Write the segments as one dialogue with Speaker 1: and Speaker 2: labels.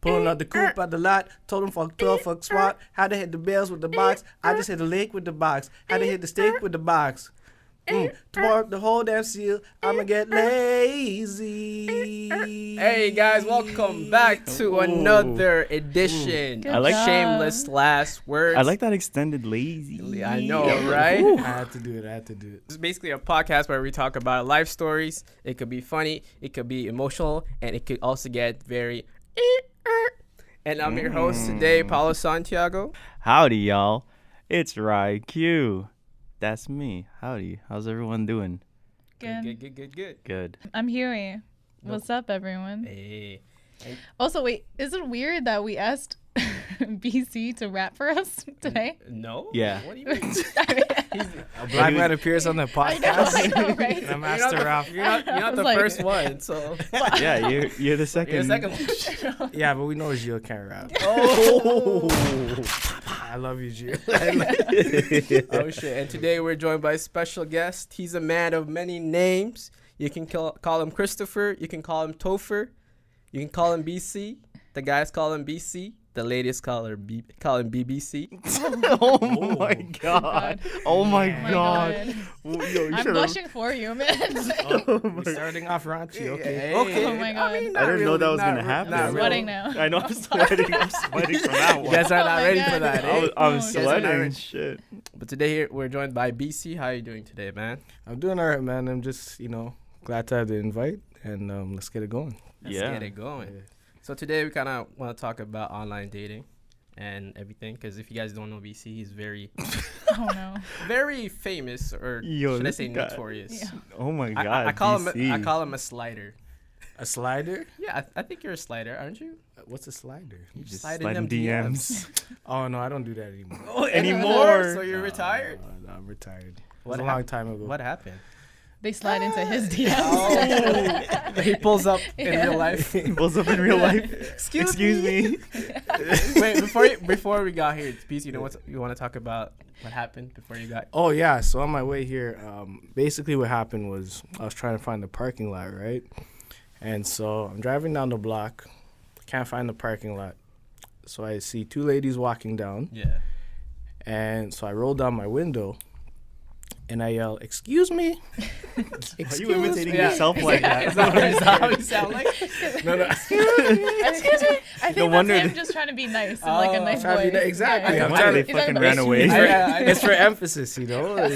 Speaker 1: Pulling
Speaker 2: Eh,
Speaker 1: out the coupe out the lot. Told them fuck 12, fuck SWAT. How to hit the bells with the
Speaker 2: Eh,
Speaker 1: box. I just hit the lake with the box. How to hit the steak with the box.
Speaker 2: Eh,
Speaker 1: Mm. Tomorrow, up the whole damn seal. I'ma get lazy.
Speaker 2: Eh,
Speaker 3: Hey guys, welcome back to
Speaker 1: Ooh.
Speaker 3: another edition.
Speaker 4: I like-
Speaker 3: shameless last words.
Speaker 4: I like that extended lazy.
Speaker 3: I know,
Speaker 1: I
Speaker 3: right?
Speaker 1: had to do it. I had to do it.
Speaker 3: It's basically a podcast where we talk about life stories. It could be funny, it could be emotional, and it could also get very. And I'm your host
Speaker 4: Mm.
Speaker 3: today, Paulo Santiago.
Speaker 4: Howdy, y'all. It's Rai Q. That's me. Howdy. How's everyone doing?
Speaker 3: Good,
Speaker 4: Good.
Speaker 3: good, good, good.
Speaker 4: Good.
Speaker 2: I'm Huey. What's up, everyone?
Speaker 3: Hey.
Speaker 2: Also, wait, is it weird that we asked BC to rap for us today?
Speaker 3: No?
Speaker 4: Yeah.
Speaker 3: What do you mean?
Speaker 2: I mean,
Speaker 1: A black
Speaker 4: Who's-
Speaker 1: man appears on the
Speaker 2: I know, I
Speaker 1: podcast.
Speaker 2: know, right? Oh
Speaker 1: And I'm
Speaker 3: You're not
Speaker 1: asked to rap.
Speaker 3: the, you're not, you're
Speaker 2: I
Speaker 3: not
Speaker 2: was
Speaker 3: the
Speaker 2: like-
Speaker 3: first one, so.
Speaker 4: Yeah, you're, you're the second.
Speaker 3: You're the second one.
Speaker 1: Yeah, but we know Gio can't rap.
Speaker 3: Oh.
Speaker 1: I love you, Gio.
Speaker 3: oh shit! And today we're joined by a special guest. He's a man of many names. You can call, call him Christopher. You can call him Topher. You can call him BC. The guys call him BBC. The ladies call her B- call him BBC.
Speaker 4: oh my god.
Speaker 2: Oh
Speaker 4: Oh my
Speaker 2: my
Speaker 4: god.
Speaker 2: God.
Speaker 4: Whoa, yo, you
Speaker 2: I'm
Speaker 4: should've- Oh
Speaker 2: blushing for you,
Speaker 1: Oh,
Speaker 2: man.
Speaker 1: We're starting off raunchy, okay?
Speaker 3: Hey. Okay.
Speaker 2: Oh my
Speaker 3: I,
Speaker 2: God.
Speaker 3: mean,
Speaker 4: I
Speaker 3: not
Speaker 4: didn't know
Speaker 3: really,
Speaker 4: that was
Speaker 3: not
Speaker 4: gonna
Speaker 3: re-
Speaker 4: happen.
Speaker 3: not
Speaker 2: I'm
Speaker 4: I'm
Speaker 3: really.
Speaker 2: sweating now.
Speaker 4: I know I'm sweating. I'm sweating from that
Speaker 3: You
Speaker 4: one.
Speaker 3: guys are
Speaker 2: Oh
Speaker 3: not
Speaker 2: my
Speaker 3: ready for
Speaker 2: God.
Speaker 3: that.
Speaker 4: I
Speaker 3: eh?
Speaker 4: was, I'm
Speaker 2: Oh, yes, I
Speaker 4: sweating.
Speaker 3: heard.
Speaker 4: Shit.
Speaker 3: But today here we're joined by BC. How you doing today, man?
Speaker 1: I'm doing all right, man. I'm just, you know, glad to have the invite, and um, let's get it going.
Speaker 3: Let's
Speaker 4: Yeah.
Speaker 3: get it going. So today we kind of want to talk about online dating and everything because if you guys don't know BC, he's very
Speaker 2: Oh no.
Speaker 3: very famous or
Speaker 4: Yo,
Speaker 3: should I
Speaker 4: this
Speaker 3: say
Speaker 4: guy-
Speaker 3: notorious.
Speaker 2: Yeah.
Speaker 4: Oh my
Speaker 3: I-
Speaker 4: god.
Speaker 3: I, I call him.
Speaker 4: DC.
Speaker 3: A, I call him a slider.
Speaker 1: A slider?
Speaker 3: Yeah, I, I think you're a slider, aren't you?
Speaker 1: What's a slider?
Speaker 4: You just
Speaker 3: slide in
Speaker 4: sliding
Speaker 3: them
Speaker 4: DMs.
Speaker 1: Oh no, I don't do that anymore.
Speaker 3: Oh,
Speaker 4: anymore.
Speaker 3: So you're retired.
Speaker 1: No, no, I'm retired. It
Speaker 3: What
Speaker 1: was a long time ago.
Speaker 3: What happened?
Speaker 2: They slide into his DMs.
Speaker 1: Oh,
Speaker 3: he pulls up in
Speaker 2: Yeah.
Speaker 3: real life.
Speaker 4: Pulls up in real life.
Speaker 3: Excuse,
Speaker 4: Excuse me.
Speaker 3: Wait, before you, before we got here, BC, you know what you want to talk about? What happened before you got?
Speaker 1: Oh yeah, so on my way here, um, basically what happened was I was trying to find the parking lot, right? And so I'm driving down the block, can't find the parking lot. So I see two ladies walking down,
Speaker 3: Yeah.
Speaker 1: and so I roll down my window, and I yell, "Excuse me!"
Speaker 4: Are
Speaker 1: Excuse
Speaker 4: you imitating
Speaker 1: me?"
Speaker 3: Yeah.
Speaker 4: yourself like
Speaker 3: Is
Speaker 4: that?
Speaker 3: that, is that how you sound like?
Speaker 1: No, no.
Speaker 2: Excuse me. I think
Speaker 4: No
Speaker 2: that's
Speaker 4: wonder
Speaker 2: him
Speaker 4: they-
Speaker 2: just trying to be nice and like
Speaker 3: Oh,
Speaker 2: a nice
Speaker 1: trying to
Speaker 2: boy.
Speaker 1: be ni- exactly.
Speaker 2: Yeah.
Speaker 1: I'm
Speaker 4: Why
Speaker 1: trying
Speaker 4: did
Speaker 1: to-
Speaker 4: they fucking ran away?
Speaker 1: It's for,
Speaker 3: Yeah, I
Speaker 1: it's for emphasis, you know,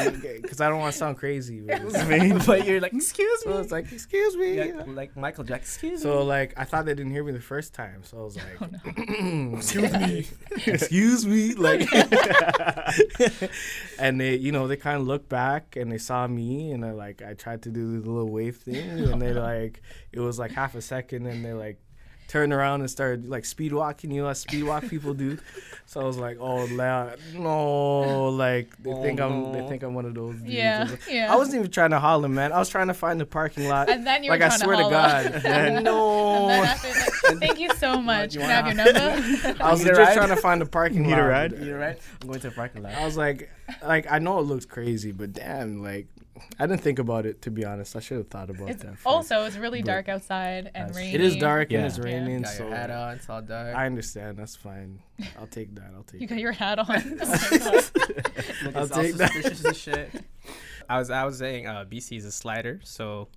Speaker 1: because I don't want to sound crazy. But
Speaker 4: mean?
Speaker 3: but you're like, excuse me.
Speaker 1: so it's like, "Excuse me."
Speaker 3: Yeah, like Michael Jackson. Excuse
Speaker 1: So
Speaker 3: me.
Speaker 1: like I thought they didn't hear me the first time, so I was like, "Excuse me, Oh, excuse me," like, and they, you know, they kind of looked back and they saw me, and I like I tried to do the little wave thing, and they like it was like half a second, and they like turned around and started like speed walking, you know, as speed walk people do. So I was like, "Oh, la- no!" Like they
Speaker 3: Oh,
Speaker 1: think I'm,
Speaker 3: no.
Speaker 1: they think I'm one of those. Dudes.
Speaker 2: Yeah. Yeah.
Speaker 1: I wasn't even trying to holler, man. I was trying to find the parking lot.
Speaker 2: And then you
Speaker 1: like
Speaker 2: were
Speaker 1: I
Speaker 2: trying to
Speaker 1: swear to,
Speaker 2: haul up.
Speaker 1: God,
Speaker 4: Yeah.
Speaker 1: no.
Speaker 2: And then after, like, Thank you so much.
Speaker 3: you
Speaker 2: Can I have your
Speaker 3: wanna-
Speaker 2: number?
Speaker 1: I was
Speaker 3: Need a
Speaker 1: just
Speaker 3: ride?
Speaker 1: trying to find a parking
Speaker 4: Need
Speaker 1: lot.
Speaker 4: a ride?
Speaker 3: You're right. I'm going to the parking lot.
Speaker 1: I was like, like I know it looks crazy, but damn, like I didn't think about it to be honest. I should have thought about
Speaker 2: It's
Speaker 1: that. first.
Speaker 2: also it's really dark outside and
Speaker 1: That's-
Speaker 2: rainy.
Speaker 1: it is dark
Speaker 4: Yeah.
Speaker 1: and it's
Speaker 2: Yeah.
Speaker 1: raining,
Speaker 3: Got your hat
Speaker 1: so
Speaker 3: on. It's all dark.
Speaker 1: I understand. That's fine. I'll take that. I'll take.
Speaker 2: You
Speaker 1: it.
Speaker 2: got your hat on. Oh my God.
Speaker 3: Look,
Speaker 1: I'll
Speaker 3: it's all
Speaker 1: take that.
Speaker 3: suspicious as shit. I was I was saying uh, BC is a slider, so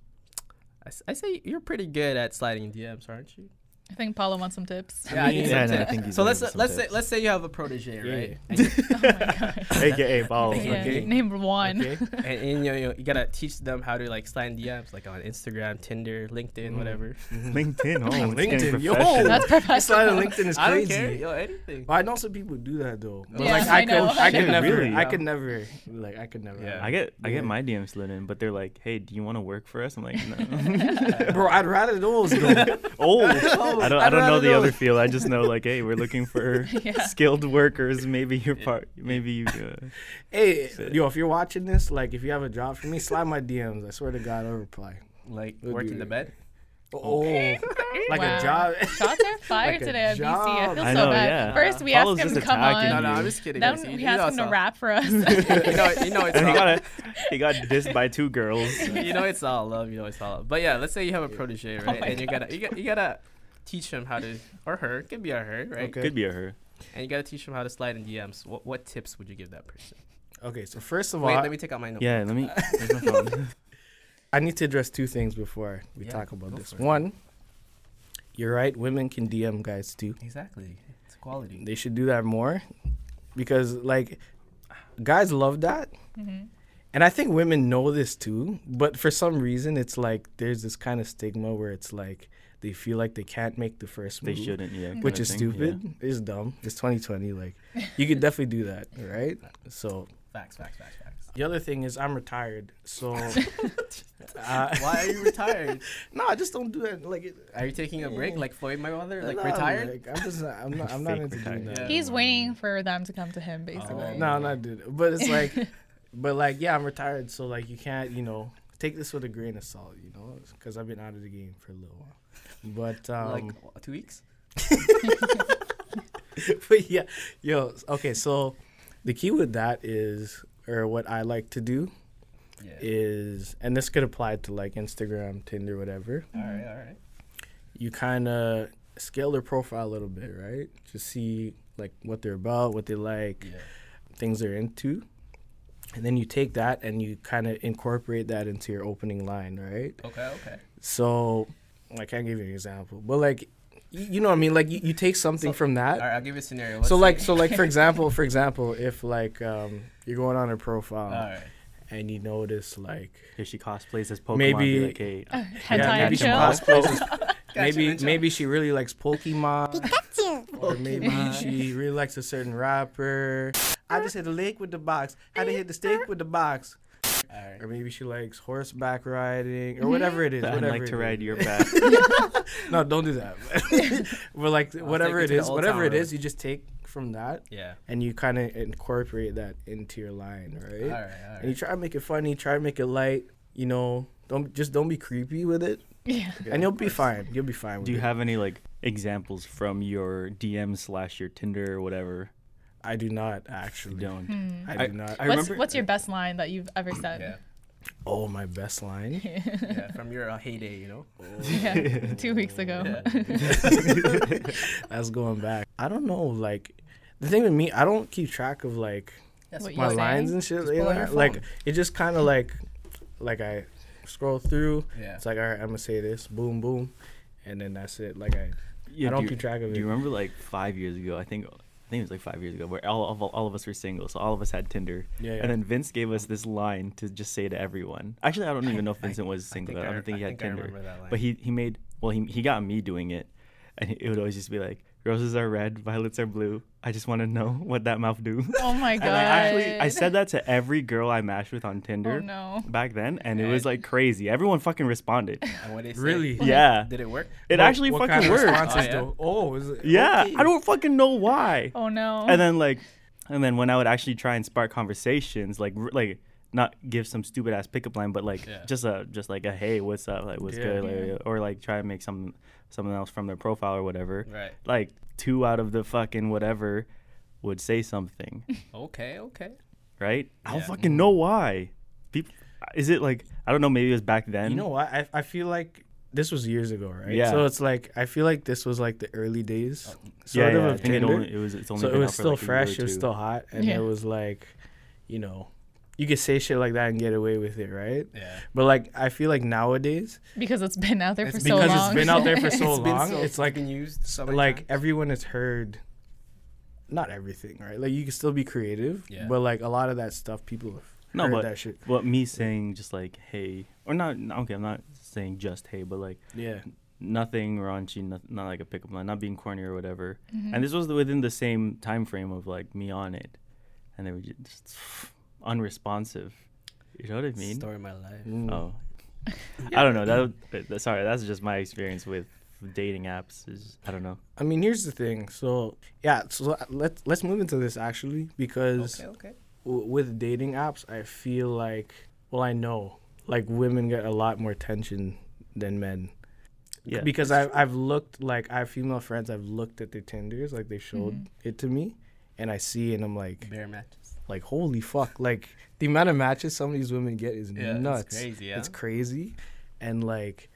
Speaker 3: I, s- I say you're pretty good at sliding DMs, aren't you?
Speaker 2: I think Paula wants some tips. Oh
Speaker 3: Yeah, I need
Speaker 4: Yeah,
Speaker 3: some
Speaker 4: no, I
Speaker 3: tips.
Speaker 4: think he's
Speaker 3: so. Let's
Speaker 4: onto some
Speaker 3: let's say
Speaker 4: tips.
Speaker 3: let's say you have a protege,
Speaker 1: Yeah.
Speaker 3: right? And, you,
Speaker 2: Oh my god.
Speaker 4: AKA Paul.
Speaker 2: Yeah,
Speaker 1: okay.
Speaker 2: Name one.
Speaker 1: Okay.
Speaker 3: and, and, you, know, you gotta teach them how to like slide DMs, like on Instagram, Tinder, LinkedIn, whatever.
Speaker 4: LinkedIn. Oh, it's getting
Speaker 1: LinkedIn, yo.
Speaker 4: professional.
Speaker 2: That's
Speaker 1: This side of
Speaker 2: professional.
Speaker 1: LinkedIn is
Speaker 3: I don't care,
Speaker 1: crazy.
Speaker 3: yo, anything.
Speaker 1: Well, I know some people do that though. But
Speaker 2: Yeah,
Speaker 1: like
Speaker 2: I
Speaker 1: I, could,
Speaker 2: know.
Speaker 1: I could
Speaker 4: Shit,
Speaker 1: never,
Speaker 4: really?
Speaker 1: I could never, like I could never.
Speaker 3: Yeah.
Speaker 4: I get I
Speaker 1: Yeah.
Speaker 4: get my DMs slid in, but they're like, "Hey, do you want to work for us?" I'm like, "No."
Speaker 1: bro, I'd rather those though.
Speaker 4: oh, I don't, I
Speaker 1: I'd
Speaker 4: don't know
Speaker 1: rather
Speaker 4: the
Speaker 1: know.
Speaker 4: other field. I just know like, "Hey, we're looking for
Speaker 2: Yeah.
Speaker 4: skilled workers. Maybe you're part. Maybe you." Uh,
Speaker 1: Hey, yo, if you're watching this, like, if you have a job for me, slide my DMs. I swear to God, I'll reply.
Speaker 3: Like
Speaker 1: We'll
Speaker 3: work
Speaker 1: do
Speaker 3: in the
Speaker 1: it.
Speaker 3: bed.
Speaker 1: Oh, like
Speaker 2: Wow.
Speaker 1: a job.
Speaker 2: Shots are fired
Speaker 1: Like a
Speaker 2: today at BC. I
Speaker 1: job.
Speaker 2: feel
Speaker 4: I
Speaker 2: so
Speaker 4: know,
Speaker 2: bad.
Speaker 4: yeah.
Speaker 2: First we
Speaker 4: Paula's
Speaker 2: asked him to
Speaker 4: just
Speaker 2: come
Speaker 4: attacking
Speaker 3: No,
Speaker 2: on.
Speaker 3: no, I'm
Speaker 4: you.
Speaker 3: just kidding.
Speaker 2: Then
Speaker 3: BC.
Speaker 2: we
Speaker 3: You
Speaker 2: asked him
Speaker 3: know
Speaker 2: to rap for us.
Speaker 3: it's all- You know, you know it's
Speaker 4: and he
Speaker 3: all-
Speaker 4: got a, he got dissed by two girls.
Speaker 3: you know it's all love. You know it's all love. But yeah, let's say you have a protege, right?
Speaker 2: my
Speaker 3: and you gotta you gotta you gotta teach him how to, or her, it could be a her, right?
Speaker 1: Okay.
Speaker 4: Could be a her.
Speaker 3: And you gotta teach them how to slide in DMs. What what tips would you give that person?
Speaker 1: Okay, so first of all,
Speaker 3: Wait,
Speaker 1: I-
Speaker 3: let me take out my note.
Speaker 4: Yeah, let me. where's my phone?
Speaker 1: I need to address two things before we
Speaker 3: Yeah,
Speaker 1: talk about
Speaker 3: go
Speaker 1: this.
Speaker 3: for it.
Speaker 1: One, you're right, women can DM guys too.
Speaker 3: Exactly. It's quality.
Speaker 1: They should do that more because, like, guys love that. And I think women know this too, but for some reason, it's like there's this kind of stigma where it's like they feel like they can't make the first
Speaker 4: They
Speaker 1: move.
Speaker 4: shouldn't, yeah.
Speaker 1: Which
Speaker 4: kinda
Speaker 1: is
Speaker 4: thing, yeah.
Speaker 1: stupid. It's dumb. It's 2020. Like, you could definitely do that, right? So,
Speaker 3: Facts, facts, facts, facts.
Speaker 1: the other thing is, I'm retired. So, uh,
Speaker 3: Why are you retired?
Speaker 1: no, I just don't do that. Like, it,
Speaker 3: Are you taking a break like Floyd Mayweather? Like
Speaker 1: No,
Speaker 3: retired?
Speaker 1: like, I'm just not. I'm not. I'm not
Speaker 4: Fake
Speaker 1: into doing
Speaker 4: retired.
Speaker 1: that.
Speaker 3: Yeah.
Speaker 2: He's waiting for them to come to him, basically.
Speaker 3: Oh.
Speaker 1: No, I'm not doing it. But it's like, but like, yeah, I'm retired, so like, you can't, you know, take this with a grain of salt, you know, because I've been out of the game for a little while. But um,
Speaker 3: like w- two weeks?
Speaker 1: but yeah, yo, okay, so the key with that is, or what I like to do
Speaker 3: Yeah.
Speaker 1: is, and this could apply to like Instagram, Tinder, whatever.
Speaker 3: all right, all right.
Speaker 1: you kind of scale their profile a little bit, right? To see like what they're about, what they like,
Speaker 3: Yeah.
Speaker 1: things they're into. And then you take that and you kind of incorporate that into your opening line, right?
Speaker 3: Okay, okay.
Speaker 1: So, I can't give you an example, but like, y- you know what I mean? Like, you, you take something from
Speaker 3: All
Speaker 1: that.
Speaker 3: right, I'll give you a scenario.
Speaker 1: So
Speaker 3: Let's
Speaker 1: like
Speaker 3: say-
Speaker 1: so like for example for example if like um, you're going on her profile
Speaker 3: all right.
Speaker 1: and you notice like
Speaker 4: If she cosplays as Pokemon,
Speaker 1: Maybe-
Speaker 4: be like, hey,
Speaker 2: hentai and
Speaker 1: maybe she
Speaker 2: chill.
Speaker 1: cosplays as-
Speaker 3: Gotcha,
Speaker 1: maybe
Speaker 3: gotcha.
Speaker 1: maybe she really likes Pokemon or maybe
Speaker 3: Pokemon.
Speaker 1: she really likes a certain rapper. I just hit the lake with the box. I did hit the steak with the box.
Speaker 3: All
Speaker 1: Or
Speaker 3: right.
Speaker 1: maybe she likes horseback riding or whatever it is.
Speaker 4: I'd
Speaker 1: Whatever
Speaker 4: like
Speaker 1: it
Speaker 4: to
Speaker 1: is.
Speaker 4: ride your back.
Speaker 1: No, don't do that. but like whatever
Speaker 3: take
Speaker 1: it
Speaker 3: you to the
Speaker 1: is,
Speaker 3: Old
Speaker 1: whatever
Speaker 3: Town
Speaker 1: it
Speaker 3: Road.
Speaker 1: is, you just take from that
Speaker 3: Yeah.
Speaker 1: and you kind of incorporate that into your line,
Speaker 3: All
Speaker 1: right?
Speaker 3: right, all
Speaker 1: And you
Speaker 3: right.
Speaker 1: try to make it funny, try to make it light. You know, don't just don't be creepy with it,
Speaker 2: Yeah.
Speaker 1: and you'll be fine. You'll be fine. With
Speaker 4: Do you
Speaker 1: it.
Speaker 4: have any like examples from your DM slash your Tinder or whatever?
Speaker 1: I do not
Speaker 4: You
Speaker 1: actually.
Speaker 4: don't.
Speaker 1: I do not.
Speaker 4: Hmm. I
Speaker 2: What's,
Speaker 4: remember.
Speaker 2: what's your best line that you've ever said?
Speaker 3: Yeah.
Speaker 1: oh, my best line.
Speaker 3: Yeah, from your uh, heyday, you know.
Speaker 2: Yeah, Two weeks ago.
Speaker 1: That's going back. I don't know. Like the thing with me, I don't keep track of like
Speaker 3: That's
Speaker 2: What
Speaker 1: my
Speaker 2: you
Speaker 1: lines
Speaker 2: saying?
Speaker 1: and shit.
Speaker 3: Just
Speaker 1: Like,
Speaker 3: pull out your
Speaker 1: that. like
Speaker 3: phone.
Speaker 1: it just kind of like like I scroll through.
Speaker 3: Yeah.
Speaker 1: It's like all right, I'm gonna say this. Boom, boom, and then that's it. Like I
Speaker 4: Yeah,
Speaker 1: I don't
Speaker 4: do you-
Speaker 1: keep track of
Speaker 4: Do you
Speaker 1: it.
Speaker 4: remember like five years ago? I think I think it was like five years ago, where all of all of us were single, so all of us had Tinder.
Speaker 1: Yeah, yeah.
Speaker 4: And then Vince gave us this line to just say to everyone. Actually, I don't even know if Vincent was single. I,
Speaker 3: I-
Speaker 4: don't think he
Speaker 3: I
Speaker 4: had
Speaker 3: think I
Speaker 4: Tinder.
Speaker 3: remember that line.
Speaker 4: But he he made well he he got me doing it, and it would always just be like roses are red, violets are blue. I just want to know what that mouth do.
Speaker 2: Oh my god. Oh,
Speaker 4: And I actually I said that to every girl I matched with on Tinder.
Speaker 2: no.
Speaker 4: Back then, and it was like crazy. Everyone fucking responded.
Speaker 3: And what they say?
Speaker 1: Really?
Speaker 4: yeah,
Speaker 3: Did it work?
Speaker 4: it actually
Speaker 1: What
Speaker 4: fucking
Speaker 1: kind of
Speaker 4: worked.
Speaker 1: responses
Speaker 3: Oh, yeah?
Speaker 1: though? Oh, is it?
Speaker 4: Yeah,
Speaker 1: okay.
Speaker 4: I don't fucking know why.
Speaker 2: Oh no.
Speaker 4: And then like, and then when I would actually try and spark conversations, like r- like not give some stupid ass pickup line, but like
Speaker 3: Yeah.
Speaker 4: just a just like a hey, what's up, like what's
Speaker 1: Yeah.
Speaker 4: good, like, or like try and make some something else from their profile or whatever.
Speaker 3: Right.
Speaker 4: Like two out of the fucking whatever would say something,
Speaker 3: Okay, okay.
Speaker 4: right? I don't
Speaker 3: Yeah.
Speaker 4: fucking know why. People, is it like I don't know? Maybe it was back then.
Speaker 1: You know what? I I feel like this was years ago, right?
Speaker 4: Yeah. Oh.
Speaker 1: So it's like I feel like this was like the early days,
Speaker 4: yeah,
Speaker 1: sort
Speaker 4: yeah,
Speaker 1: of
Speaker 4: I
Speaker 1: of
Speaker 4: think it,
Speaker 1: Tinder.
Speaker 4: only, it was. It's only
Speaker 1: so it
Speaker 4: been
Speaker 1: was
Speaker 4: out for,
Speaker 1: still
Speaker 4: like, a year or
Speaker 1: fresh, it was
Speaker 4: two.
Speaker 1: still hot, and
Speaker 2: Yeah.
Speaker 1: it was like, you know, you could say shit like that and get away with it, right?
Speaker 3: Yeah.
Speaker 1: But like, I feel like nowadays,
Speaker 2: because it's been out there
Speaker 3: It's
Speaker 2: for so long.
Speaker 1: because it's been out there for so
Speaker 3: It's been
Speaker 1: long,
Speaker 3: so-
Speaker 1: it's like
Speaker 3: been used so many
Speaker 1: like
Speaker 3: times.
Speaker 1: everyone has heard. Not everything, right? Like you can still be creative,
Speaker 3: Yeah.
Speaker 1: but like a lot of that stuff, people have
Speaker 4: No,
Speaker 1: heard
Speaker 4: but-
Speaker 1: that shit.
Speaker 4: What me saying just like hey or not? Okay, I'm not saying just hey, but like
Speaker 1: Yeah,
Speaker 4: nothing raunchy, not, not like a pickup line, not being corny or whatever. And this was within the same time frame of like me on it, and they were just unresponsive. You know what I mean?
Speaker 3: Story of my life.
Speaker 4: Oh, I don't know. That, that- that sorry, that's just my experience with dating apps. Is I don't know.
Speaker 1: I mean, here's the thing. So yeah, so let's let's move into this actually because
Speaker 3: Okay, okay.
Speaker 1: w- with dating apps, I feel like, well, I know, like women get a lot more attention than men.
Speaker 4: Yeah.
Speaker 1: Because I've, I've looked, like, I have female friends, I've looked at their Tinders, like, they showed
Speaker 3: Mm-hmm.
Speaker 1: it to me, and I see, and I'm like,
Speaker 3: Bear matches.
Speaker 1: like, holy fuck. Like, the amount of matches some of these women get is
Speaker 3: Yeah, it's
Speaker 1: nuts.
Speaker 3: crazy, yeah.
Speaker 1: It's crazy. And, like,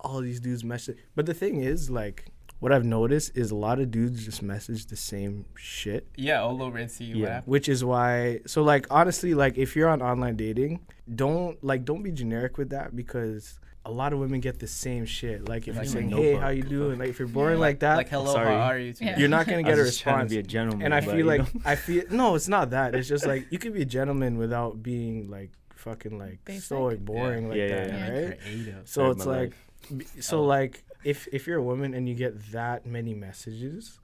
Speaker 1: all these dudes mesh. But the thing is, like, what I've noticed is a lot of dudes just message the same shit,
Speaker 3: Yeah, all over and see what
Speaker 4: Yeah.
Speaker 3: happens.
Speaker 1: which is why. So like honestly, like if you're on online dating, don't like don't be generic with that because. A lot of women get the same shit. Like if
Speaker 4: Like,
Speaker 1: you're saying,
Speaker 4: no
Speaker 1: "Hey,
Speaker 4: fuck.
Speaker 1: how you doing?" Like if you're boring like that,
Speaker 3: Like, hello,
Speaker 4: Sorry.
Speaker 3: how are you today?
Speaker 2: Yeah.
Speaker 1: you're not gonna
Speaker 4: I
Speaker 1: get a
Speaker 4: was just trying
Speaker 1: response.
Speaker 4: to be a gentleman,
Speaker 1: and I
Speaker 4: but,
Speaker 1: feel
Speaker 4: you
Speaker 1: like
Speaker 4: know.
Speaker 1: I feel no, it's not that. It's just like you can be a gentleman without being like fucking like
Speaker 2: Basic?
Speaker 1: stoic, boring like
Speaker 4: Yeah,
Speaker 1: that,
Speaker 4: yeah,
Speaker 2: yeah.
Speaker 1: right?
Speaker 3: creative.
Speaker 1: So
Speaker 4: Saved
Speaker 1: it's
Speaker 4: my
Speaker 1: like,
Speaker 4: life. Oh.
Speaker 1: b- so like if if you're a woman and you get that many messages,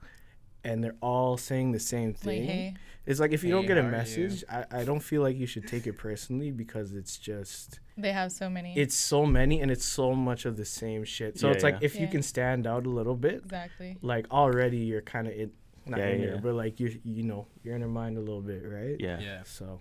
Speaker 1: and they're all saying the same
Speaker 2: Like,
Speaker 1: thing,
Speaker 2: hey,
Speaker 1: it's like if you
Speaker 3: Hey,
Speaker 1: don't get a
Speaker 3: how are you?
Speaker 1: message, I, I don't feel like you should take it personally because it's just
Speaker 2: they have so many.
Speaker 1: it's so many and it's so much of the same shit. So
Speaker 4: Yeah,
Speaker 1: it's like
Speaker 4: yeah.
Speaker 1: if you
Speaker 2: Yeah.
Speaker 1: can stand out a little bit,
Speaker 2: exactly.
Speaker 1: like already you're kind of in not
Speaker 4: Yeah,
Speaker 1: in
Speaker 4: yeah.
Speaker 1: there, but like you you know you're in her mind a little bit, right?
Speaker 4: yeah.
Speaker 3: Yeah.
Speaker 1: So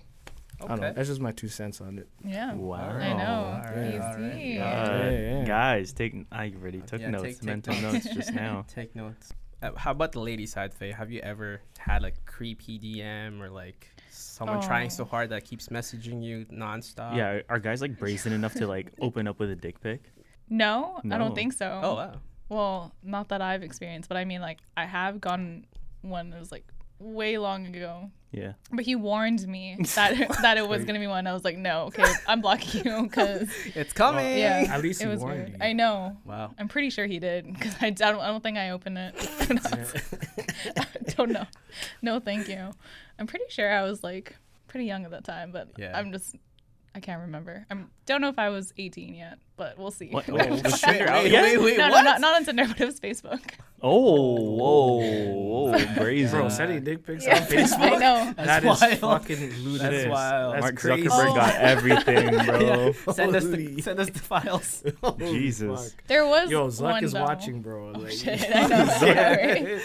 Speaker 3: Okay.
Speaker 1: I don't know. That's just my two cents on it.
Speaker 2: Yeah.
Speaker 4: Wow.
Speaker 2: I know.
Speaker 3: All
Speaker 1: right,
Speaker 2: you
Speaker 3: all right.
Speaker 2: see.
Speaker 4: God.
Speaker 1: Yeah, yeah.
Speaker 4: Guys, take. I already took
Speaker 3: Yeah,
Speaker 4: notes,
Speaker 3: take- take
Speaker 4: mental
Speaker 3: notes.
Speaker 4: notes. just now.
Speaker 3: Take notes. Uh, how about the lady side, Faye? Have you ever had like creepy DM or like someone trying so
Speaker 2: Oh.
Speaker 3: hard that keeps messaging you nonstop?
Speaker 4: yeah, are- are guys like brazen enough to like open up with a dick pic?
Speaker 2: No, I
Speaker 4: No.
Speaker 2: don't think so.
Speaker 3: Oh wow.
Speaker 2: Well, not that I've experienced, but I mean, like, I have gone one that was like way long ago.
Speaker 4: Yeah.
Speaker 2: But he warned me that that it was gonna be one. I was like, no, okay, I'm blocking you because
Speaker 3: It's coming.
Speaker 2: yeah,
Speaker 1: At least
Speaker 2: it
Speaker 1: he
Speaker 2: was
Speaker 1: warned
Speaker 2: weird.
Speaker 1: you.
Speaker 2: I know.
Speaker 3: Wow.
Speaker 2: I'm pretty sure he did because I, don't. I don't think I opened it. I don't know. No, thank you. I'm pretty sure I was like pretty young at that time, but
Speaker 3: Yeah.
Speaker 2: I'm just. I can't remember. I don't know if I was 18 yet, but we'll see.
Speaker 4: What?
Speaker 2: no,
Speaker 4: Oh, was Tinder
Speaker 3: Wait,
Speaker 4: out
Speaker 3: wait,
Speaker 4: yet?
Speaker 3: wait, wait,
Speaker 2: no,
Speaker 3: what?
Speaker 2: not, not on Tinder, but it was Facebook.
Speaker 4: Oh, whoa, whoa, brazen.
Speaker 1: Bro,
Speaker 3: Uh,
Speaker 1: sending dick pics
Speaker 2: Yeah.
Speaker 1: on Facebook.
Speaker 2: I know.
Speaker 1: That is
Speaker 3: wild.
Speaker 1: fucking ludicrous.
Speaker 3: wild.
Speaker 1: That's
Speaker 4: Mark
Speaker 1: crazy.
Speaker 4: Zuckerberg got everything,
Speaker 3: Yeah.
Speaker 4: bro.
Speaker 3: Send us the
Speaker 1: Holy.
Speaker 3: send us the files.
Speaker 1: Holy
Speaker 4: Jesus.
Speaker 1: fuck.
Speaker 2: There was
Speaker 1: Yo, Zuck
Speaker 2: one,
Speaker 1: is
Speaker 2: though. Oh,
Speaker 1: watching, bro. like,
Speaker 2: Shit, I know. right?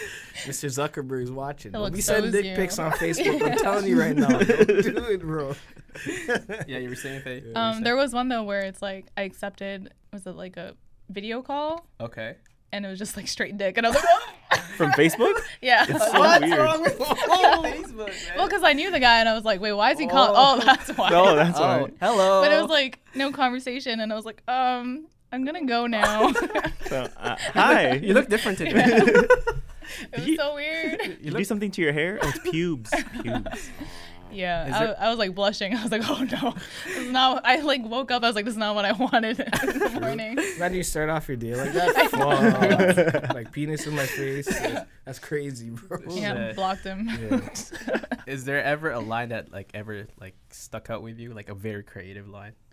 Speaker 1: Mr. Zuckerberg is watching.
Speaker 2: He'll
Speaker 1: We send
Speaker 2: expose
Speaker 1: dick
Speaker 2: you.
Speaker 1: pics on Facebook. I'm telling you right now. Don't do it, bro.
Speaker 3: yeah, you were saying Faye. You were
Speaker 2: Um,
Speaker 3: saying-
Speaker 2: there was one though where it's like I accepted was it like a video call
Speaker 3: Okay.
Speaker 2: and it was just like straight dick and I was like "Oh!"
Speaker 4: From Facebook?
Speaker 2: yeah
Speaker 4: It's so
Speaker 3: What's
Speaker 4: weird.
Speaker 3: wrong with Facebook? man?
Speaker 2: well because I knew the guy and I was like wait why is he calling
Speaker 3: Oh.
Speaker 2: oh that's why
Speaker 4: No, that's
Speaker 3: Oh,
Speaker 4: all right.
Speaker 3: hello.
Speaker 2: but it was like no conversation and I was like um I'm gonna go now it
Speaker 4: So, uh, hi.
Speaker 3: you look different today.
Speaker 2: was so weird
Speaker 4: You do something to your hair? Oh, it's pubes. Pubes.
Speaker 2: yeah
Speaker 3: Is
Speaker 2: I,
Speaker 3: there-
Speaker 2: I was like blushing I was like oh no this is not I like woke up I was like this is not what I wanted in the morning
Speaker 1: Imagine you start off your day like that.
Speaker 4: Oh,
Speaker 1: Fuck. like penis in my face. Like, that's crazy, bro.
Speaker 2: yeah
Speaker 3: Shit.
Speaker 2: blocked him
Speaker 1: Yeah.
Speaker 3: Is there ever a line that like ever like stuck out with you, like a very creative line, or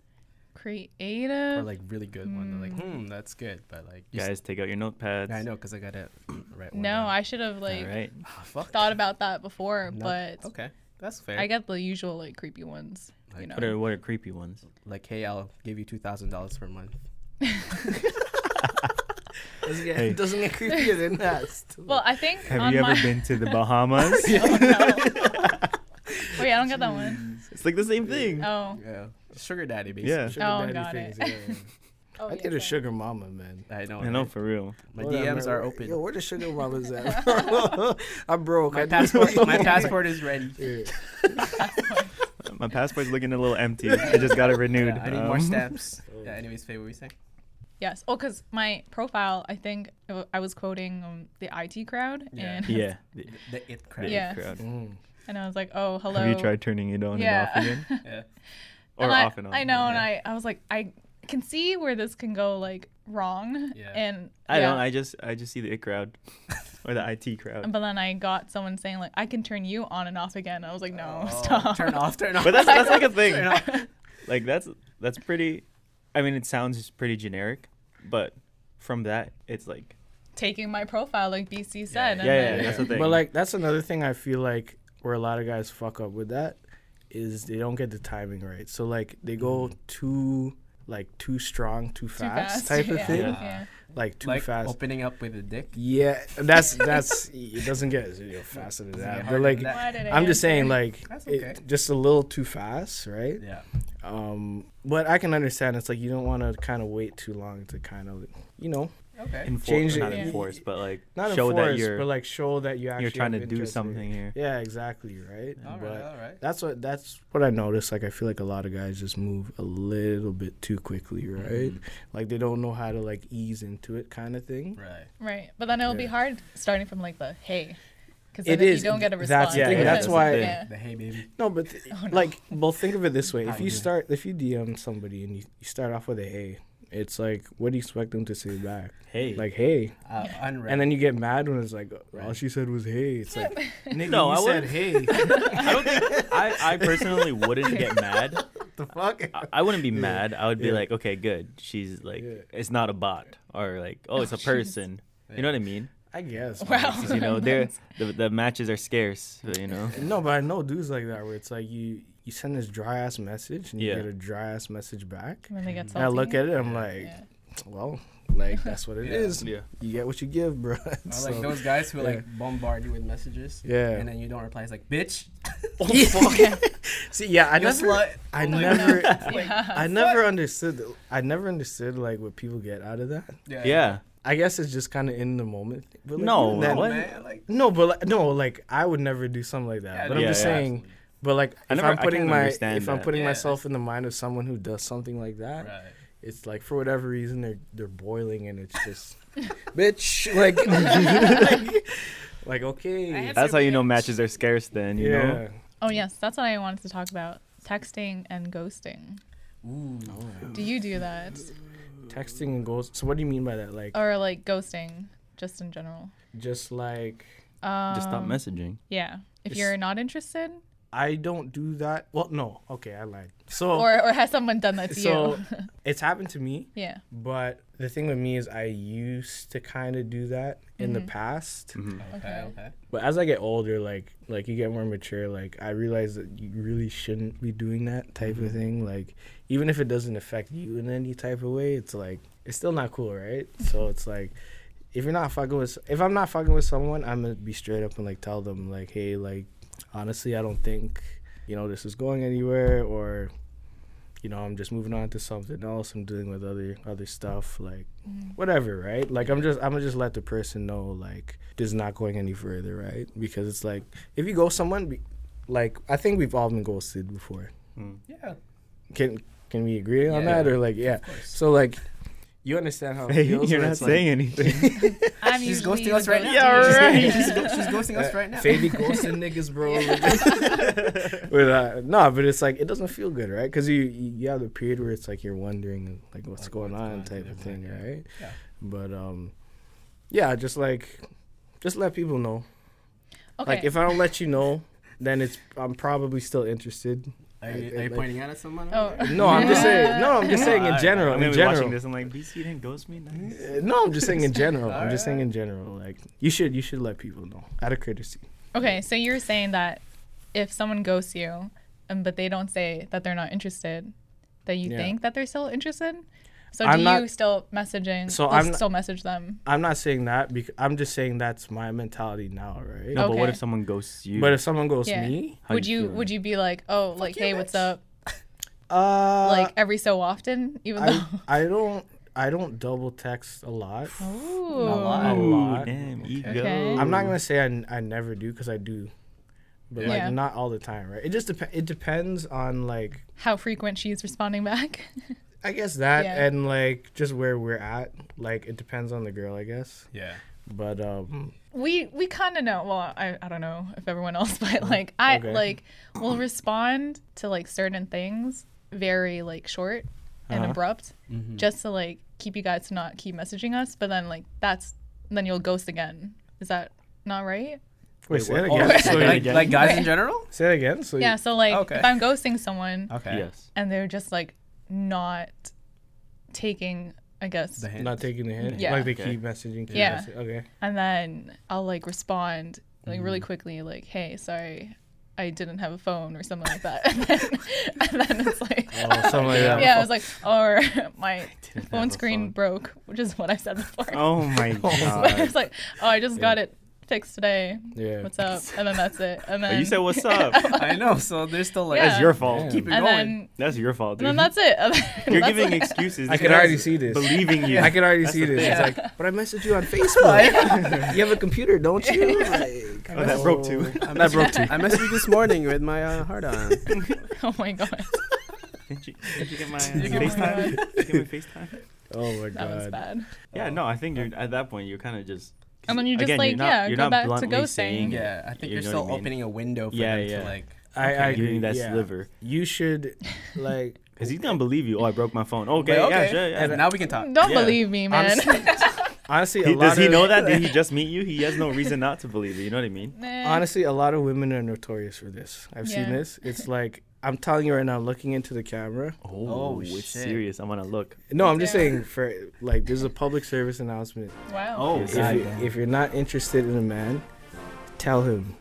Speaker 2: creative
Speaker 3: like really good one? that, Like, hmm, that's good, but like, you s-
Speaker 4: Guys, take out your notepads.
Speaker 3: Yeah, I know, cause I gotta write one.
Speaker 2: no
Speaker 3: down.
Speaker 2: I should have
Speaker 4: All
Speaker 2: like
Speaker 4: right.
Speaker 3: Ah, fuck.
Speaker 2: thought about that before,
Speaker 3: No.
Speaker 2: but
Speaker 3: okay, that's fair.
Speaker 2: I get the usual like creepy ones.
Speaker 3: Like,
Speaker 2: You know,
Speaker 4: What are, what are creepy ones?
Speaker 3: like, hey, I'll give you two thousand dollars per month.
Speaker 1: Doesn't get,
Speaker 4: Hey.
Speaker 1: doesn't get creepier than that. still.
Speaker 2: well, I think
Speaker 4: Have
Speaker 2: on
Speaker 4: you
Speaker 2: my
Speaker 4: ever been to the Bahamas?
Speaker 2: Oh, no. Wait, I don't get that one.
Speaker 4: It's like the same thing.
Speaker 2: Oh,
Speaker 3: Yeah, sugar daddy, basically.
Speaker 4: Yeah.
Speaker 1: Sugar
Speaker 2: Oh,
Speaker 1: daddy
Speaker 2: got
Speaker 1: things,
Speaker 2: it.
Speaker 1: yeah.
Speaker 2: oh
Speaker 1: I did a sugar mama, man.
Speaker 3: I know.
Speaker 4: I know,
Speaker 3: right?
Speaker 4: for real.
Speaker 3: My
Speaker 1: Hold on,
Speaker 3: DMs
Speaker 1: man.
Speaker 3: are
Speaker 1: Where-
Speaker 3: open.
Speaker 1: Yo, where the sugar mamas at? bro? I'm broke.
Speaker 3: my
Speaker 1: I-
Speaker 3: passport, my passport is ready.
Speaker 1: Yeah.
Speaker 4: My passport's looking a little empty. I just got it renewed.
Speaker 3: Yeah, I need more
Speaker 4: Um,
Speaker 3: stamps. yeah. Anyways, Faye, what were you saying?
Speaker 2: Yes. Oh, because my profile, I think I w- I was quoting um, the IT crowd,
Speaker 3: Yeah.
Speaker 2: and
Speaker 4: Yeah. The,
Speaker 3: The it crowd.
Speaker 4: the
Speaker 2: Yeah.
Speaker 4: crowd.
Speaker 1: Mm.
Speaker 2: and I was like, oh, hello.
Speaker 4: Have you tried turning it on
Speaker 2: Yeah.
Speaker 4: and off again?
Speaker 3: Yeah.
Speaker 4: Or
Speaker 2: and I,
Speaker 4: off and on?
Speaker 2: I know, and I, I was like, I can see where this can go like wrong,
Speaker 3: Yeah.
Speaker 2: and
Speaker 4: I
Speaker 2: yeah.
Speaker 4: don't. I just I just see the it crowd or the IT crowd.
Speaker 2: but then I got someone saying like, I can turn you on and off again. I was like, no,
Speaker 3: Oh,
Speaker 2: stop.
Speaker 3: Turn off. Turn off.
Speaker 4: But that's that's like a
Speaker 3: Turn
Speaker 4: thing.
Speaker 3: off.
Speaker 4: Like that's that's pretty. I mean, it sounds pretty generic, but from that, it's like
Speaker 2: taking my profile like BC said.
Speaker 3: yeah,
Speaker 2: and
Speaker 4: yeah, yeah,
Speaker 2: then-
Speaker 4: that's the thing.
Speaker 1: But like, that's another thing I feel like where a lot of guys fuck up with that is they don't get the timing right. So like, they go too like too strong,
Speaker 2: Too
Speaker 1: too fast, type of
Speaker 2: yeah,
Speaker 1: thing.
Speaker 2: Yeah.
Speaker 1: Like too
Speaker 3: like oh.
Speaker 1: fast.
Speaker 3: opening up with a dick.
Speaker 1: Yeah, that's that's it doesn't get you know, faster than
Speaker 3: get
Speaker 1: that.
Speaker 3: harder
Speaker 1: But
Speaker 3: than
Speaker 1: like,
Speaker 3: that.
Speaker 2: Why did I
Speaker 1: I'm just
Speaker 2: answer?
Speaker 1: saying like,
Speaker 3: That's okay.
Speaker 1: it, just a little too fast, right?
Speaker 3: Yeah.
Speaker 1: Um, but I can understand. It's like you don't want to kind of wait too long to kind of, you know,
Speaker 3: Okay.
Speaker 4: Enfor-
Speaker 1: Change
Speaker 4: not
Speaker 1: it.
Speaker 4: enforce, but like
Speaker 1: not
Speaker 4: show
Speaker 1: enforce,
Speaker 4: that you're
Speaker 1: but like show that you actually
Speaker 4: you're trying
Speaker 1: have
Speaker 4: to do
Speaker 1: interest in it.
Speaker 4: something here.
Speaker 1: Yeah, exactly. Right.
Speaker 3: All
Speaker 1: But
Speaker 3: right. All right.
Speaker 1: that's what that's what I noticed. Like I feel like a lot of guys just move a little bit too quickly, right? Like they don't know how to like ease into it, kind of thing.
Speaker 3: Right.
Speaker 2: Right. But then it'll be
Speaker 1: Yeah.
Speaker 2: hard starting from like the hey. Because
Speaker 1: It
Speaker 2: then if
Speaker 1: is.
Speaker 2: you don't get a
Speaker 1: That's-
Speaker 2: response.
Speaker 1: yeah,
Speaker 2: because-
Speaker 1: that's why-
Speaker 2: Yeah.
Speaker 3: The hey baby.
Speaker 1: No, but th-
Speaker 2: Oh, no.
Speaker 1: like, well, think of it this way:
Speaker 3: How
Speaker 1: if
Speaker 3: you
Speaker 1: you
Speaker 3: doing?
Speaker 1: start, if you DM somebody and you, you start off with a "hey," it's like, what do you expect them to say back?
Speaker 4: Hey,
Speaker 1: Like, "hey,"
Speaker 3: Uh, unread.
Speaker 1: and then you get mad when it's like, all she said was "hey." It's like, nigga,
Speaker 4: No,
Speaker 1: you
Speaker 4: I
Speaker 1: said
Speaker 4: wouldn't-
Speaker 1: "hey."
Speaker 4: I don't think I, I personally wouldn't get mad.
Speaker 1: the fuck?
Speaker 4: I, I wouldn't be mad. I would be
Speaker 1: Yeah.
Speaker 4: like, okay, good. She's like,
Speaker 1: Yeah.
Speaker 4: it's not a bot, or like, oh, it's a person. You know what I mean?
Speaker 1: I guess.
Speaker 2: Wow.
Speaker 4: Because, you know, they're, the the matches are scarce. You know,
Speaker 1: No, but I know dudes like that where it's like you you send this dry ass message and you
Speaker 4: Yeah.
Speaker 1: get a dry ass message back.
Speaker 2: And then they get
Speaker 1: And I
Speaker 2: salty.
Speaker 1: look at it, I'm like,
Speaker 2: Yeah.
Speaker 1: well, like that's what it
Speaker 3: Yeah.
Speaker 1: is.
Speaker 4: yeah.
Speaker 1: You get what you give, bro.
Speaker 3: Or
Speaker 1: So-
Speaker 3: like those guys who
Speaker 1: yeah.
Speaker 3: like bombard you with messages.
Speaker 1: Yeah.
Speaker 3: And then you don't reply. It's like, bitch.
Speaker 2: Oh,
Speaker 1: See, yeah, I
Speaker 3: You
Speaker 1: never,
Speaker 3: slut.
Speaker 1: I
Speaker 3: Oh my
Speaker 1: never,
Speaker 2: Yeah.
Speaker 1: I never understood. I never understood like what people get out of that.
Speaker 4: Yeah.
Speaker 1: I guess it's just kind of in the moment. But, like,
Speaker 4: No,
Speaker 1: even then-
Speaker 4: what?
Speaker 3: Oh, Man, like,
Speaker 1: No, but like, no, like I would never do something like that.
Speaker 3: Yeah,
Speaker 1: but I'm
Speaker 4: yeah,
Speaker 1: just
Speaker 4: yeah.
Speaker 1: saying. But like,
Speaker 4: I
Speaker 1: if
Speaker 4: never-
Speaker 1: I'm
Speaker 4: I
Speaker 1: putting
Speaker 4: can't
Speaker 1: my, if
Speaker 4: understand
Speaker 1: I'm
Speaker 4: that.
Speaker 1: putting
Speaker 3: Yeah.
Speaker 1: myself in the mind of someone who does something like that,
Speaker 3: Right.
Speaker 1: it's like for whatever reason they're they're boiling and it's just, bitch, like, like, okay,
Speaker 2: I had
Speaker 4: That's how you know matches are scarce. Then you
Speaker 1: yeah.
Speaker 4: know.
Speaker 2: Oh yes, that's what I wanted to talk about. Texting and ghosting.
Speaker 3: Ooh.
Speaker 2: Do you do that?
Speaker 1: Texting and goals. So what do you mean by that? Like,
Speaker 2: Or like ghosting just in general?
Speaker 1: just like
Speaker 2: Um,
Speaker 4: Just stop messaging.
Speaker 2: Yeah. If
Speaker 1: Just-
Speaker 2: you're not interested,
Speaker 1: I don't do that. Well, no, okay, I lied. So
Speaker 2: or or has someone done that to
Speaker 1: Oh. so
Speaker 2: you?
Speaker 1: it's happened to me.
Speaker 2: yeah.
Speaker 1: But the thing with me is, I used to kind of do that in
Speaker 2: Mm-hmm.
Speaker 1: the past.
Speaker 3: Okay. Okay.
Speaker 1: But as I get older, like like you get more mature, like I realize that you really shouldn't be doing that type of thing. Like even if it doesn't affect you in any type of way, it's like it's still not cool, right? so it's like if you're not fucking with if I'm not fucking with someone, I'm gonna be straight up and like tell them like, hey, like honestly, I don't think you know this is going anywhere, or you know I'm just moving on to something else. I'm dealing with other other stuff, like whatever, right? Like I'm just I'm gonna just let the person know like this is not going any further, right? Because it's like if you ghost someone, be- like I think we've all been ghosted before.
Speaker 3: Yeah.
Speaker 1: Can can we agree on
Speaker 3: Yeah.
Speaker 1: that or like yeah?
Speaker 3: course.
Speaker 1: So like you understand how it feels
Speaker 4: You're
Speaker 1: when
Speaker 4: not
Speaker 1: it's, like,
Speaker 4: saying anything.
Speaker 2: I'm
Speaker 3: She's
Speaker 2: usually
Speaker 3: ghosting us
Speaker 2: the
Speaker 3: right now.
Speaker 2: ghosty.
Speaker 4: Yeah, right.
Speaker 3: She's, go- she's ghosting us
Speaker 1: Uh,
Speaker 3: right now.
Speaker 1: Fabi ghosting niggas, bro. but uh, no, but it's like it doesn't feel good, right? Because you you have the period where it's like you're wondering like what's
Speaker 3: Like,
Speaker 1: going
Speaker 3: what's
Speaker 1: on
Speaker 3: going
Speaker 1: type
Speaker 3: on,
Speaker 1: of thing,
Speaker 3: yeah.
Speaker 1: right?
Speaker 3: Yeah.
Speaker 1: But um, yeah, just like just let people know.
Speaker 2: Okay.
Speaker 1: Like if I don't let you know, then it's I'm probably still interested.
Speaker 3: Are you, are you
Speaker 1: Like-
Speaker 3: pointing out at someone?
Speaker 2: Oh.
Speaker 1: No, I'm just saying. No, I'm just saying in
Speaker 4: I-
Speaker 1: general.
Speaker 4: I'm
Speaker 1: in
Speaker 4: gonna be watching
Speaker 1: general.
Speaker 4: this. I'm like, BC didn't ghost me. Nice.
Speaker 1: Uh, No, I'm just saying in general. I'm just
Speaker 3: Alright.
Speaker 1: saying in general. Like you should you should let people know out of courtesy.
Speaker 2: okay, so you're saying that if someone ghosts you, and but they don't say that they're not interested, that you
Speaker 1: Yeah.
Speaker 2: think that they're still interested. So do
Speaker 1: I'm
Speaker 2: you
Speaker 1: not-
Speaker 2: still messaging?
Speaker 1: So
Speaker 2: you'll
Speaker 1: I'm-
Speaker 2: still message them.
Speaker 1: I'm not saying that because I'm just saying that's my mentality now, right?
Speaker 4: No, but what
Speaker 2: Okay.
Speaker 4: if someone ghosts you?
Speaker 1: But if someone goes
Speaker 2: Yeah.
Speaker 1: me,
Speaker 4: How
Speaker 2: Would you
Speaker 4: feeling?
Speaker 2: would you be like, oh, like hey, what's up?
Speaker 1: uh,
Speaker 2: Like every so often, even
Speaker 1: I,
Speaker 2: though.
Speaker 1: I don't I don't double text a lot.
Speaker 2: Ooh.
Speaker 1: a
Speaker 4: Ooh,
Speaker 1: lot.
Speaker 4: damn ego.
Speaker 2: Okay.
Speaker 1: I'm not gonna say I, n- I never do because I do, but like
Speaker 2: Yeah.
Speaker 1: not all the time, right? It just dep- it depends on like
Speaker 2: How frequent she's responding back?
Speaker 1: I guess that
Speaker 2: Yeah.
Speaker 1: and like just where we're at. Like it depends on the girl, I guess.
Speaker 3: Yeah.
Speaker 1: But um,
Speaker 2: we we kind of know well I, I don't know if everyone else
Speaker 3: Oh,
Speaker 2: but like i
Speaker 1: Okay.
Speaker 2: like will respond to like certain things very like short and
Speaker 4: Uh-huh.
Speaker 2: abrupt
Speaker 3: Mm-hmm.
Speaker 2: just to like keep you guys to not keep messaging us but then like that's then you'll ghost again is that not right
Speaker 1: wait, say it
Speaker 3: Oh,
Speaker 1: again.
Speaker 3: like,
Speaker 1: so you-
Speaker 3: like, like guys in general?
Speaker 1: say it again. So you-
Speaker 2: yeah so like
Speaker 3: Okay.
Speaker 2: if i'm ghosting someone
Speaker 3: Okay.
Speaker 4: Yes.
Speaker 2: and they're just like not taking i guess
Speaker 3: The hand.
Speaker 1: not taking the hint.
Speaker 2: Yeah.
Speaker 1: Like they
Speaker 4: Okay.
Speaker 1: keep messaging. Keep
Speaker 2: Yeah.
Speaker 1: messaging. Okay.
Speaker 2: and then I'll like respond like really quickly, like, "Hey, sorry, I didn't have a phone" or something like that. and, then, and then it's like,
Speaker 1: Oh, something like that.
Speaker 2: yeah, I was like, or my
Speaker 4: have
Speaker 2: phone
Speaker 4: a
Speaker 2: screen
Speaker 4: phone.
Speaker 2: broke, which is what I said before.
Speaker 4: Oh my
Speaker 2: I
Speaker 4: god.
Speaker 2: was like, oh, I just got it pics today.
Speaker 1: Yeah.
Speaker 2: What's up? And then that's it. And
Speaker 4: But
Speaker 2: then
Speaker 4: Oh, you said what's up.
Speaker 3: I know. So they're still like,
Speaker 2: Yeah.
Speaker 4: That's your fault.
Speaker 1: Yeah.
Speaker 3: keep it
Speaker 2: and
Speaker 3: going.
Speaker 2: then
Speaker 4: That's your fault,
Speaker 2: and
Speaker 4: dude.
Speaker 2: then that's it. And then
Speaker 4: You're
Speaker 2: that's
Speaker 4: giving
Speaker 2: it.
Speaker 4: excuses.
Speaker 1: I
Speaker 4: This
Speaker 1: can
Speaker 4: guy's
Speaker 1: already see this.
Speaker 4: Believing you.
Speaker 1: I can already
Speaker 4: That's
Speaker 1: see
Speaker 4: the
Speaker 1: this.
Speaker 4: thing.
Speaker 1: It's like, but I messaged you on Facebook. you have a computer, don't you? Like,
Speaker 4: Oh, that broke too.
Speaker 1: I'm not broke too.
Speaker 3: I messaged you this morning with my uh, heart on.
Speaker 2: oh my god,
Speaker 4: Didn't you, didn't you get my uh,
Speaker 2: you get my-
Speaker 4: FaceTime? Did you get my FaceTime?
Speaker 1: Oh my
Speaker 2: that was
Speaker 1: god.
Speaker 2: bad.
Speaker 4: Yeah, no, I think you're at that point. You're kind of just. 'cause
Speaker 2: And then you just,
Speaker 4: again,
Speaker 2: like,
Speaker 4: you're not,
Speaker 2: yeah,
Speaker 4: you're
Speaker 2: go
Speaker 4: not
Speaker 2: back to
Speaker 4: bluntly
Speaker 2: ghosting.
Speaker 4: saying it.
Speaker 3: Yeah, I think
Speaker 4: You
Speaker 3: you're,
Speaker 4: know
Speaker 3: still
Speaker 4: what I mean?
Speaker 3: opepening a window for
Speaker 4: Yeah,
Speaker 3: them
Speaker 4: yeah.
Speaker 3: to like.
Speaker 1: I, I agree.
Speaker 4: Giving that
Speaker 1: yeah.
Speaker 4: sliver
Speaker 1: You should, like,
Speaker 4: because he's gonna believe you. Oh, I broke my phone. Okay,
Speaker 3: Wait,
Speaker 4: yeah, sure, yeah.
Speaker 3: And now we can talk.
Speaker 2: Don't
Speaker 4: Yeah.
Speaker 2: believe me, man.
Speaker 1: honestly, a
Speaker 4: He-
Speaker 1: lot
Speaker 4: does he
Speaker 1: of,
Speaker 4: know that? Did he just meet you? He has no reason not to believe you. You know what I mean?
Speaker 2: Nah.
Speaker 1: Honestly, a lot of women are notorious for this. I've seen
Speaker 2: Yeah.
Speaker 1: this. It's like, I'm telling you right now, looking into the camera.
Speaker 4: Oh, it's
Speaker 3: shit.
Speaker 4: serious. I'm gonna look.
Speaker 1: No, I'm just
Speaker 2: Yeah.
Speaker 1: saying, for like, this is a public service announcement.
Speaker 2: Wow.
Speaker 3: Oh,
Speaker 1: If,
Speaker 4: God
Speaker 1: you, if you're not interested in a man, tell him.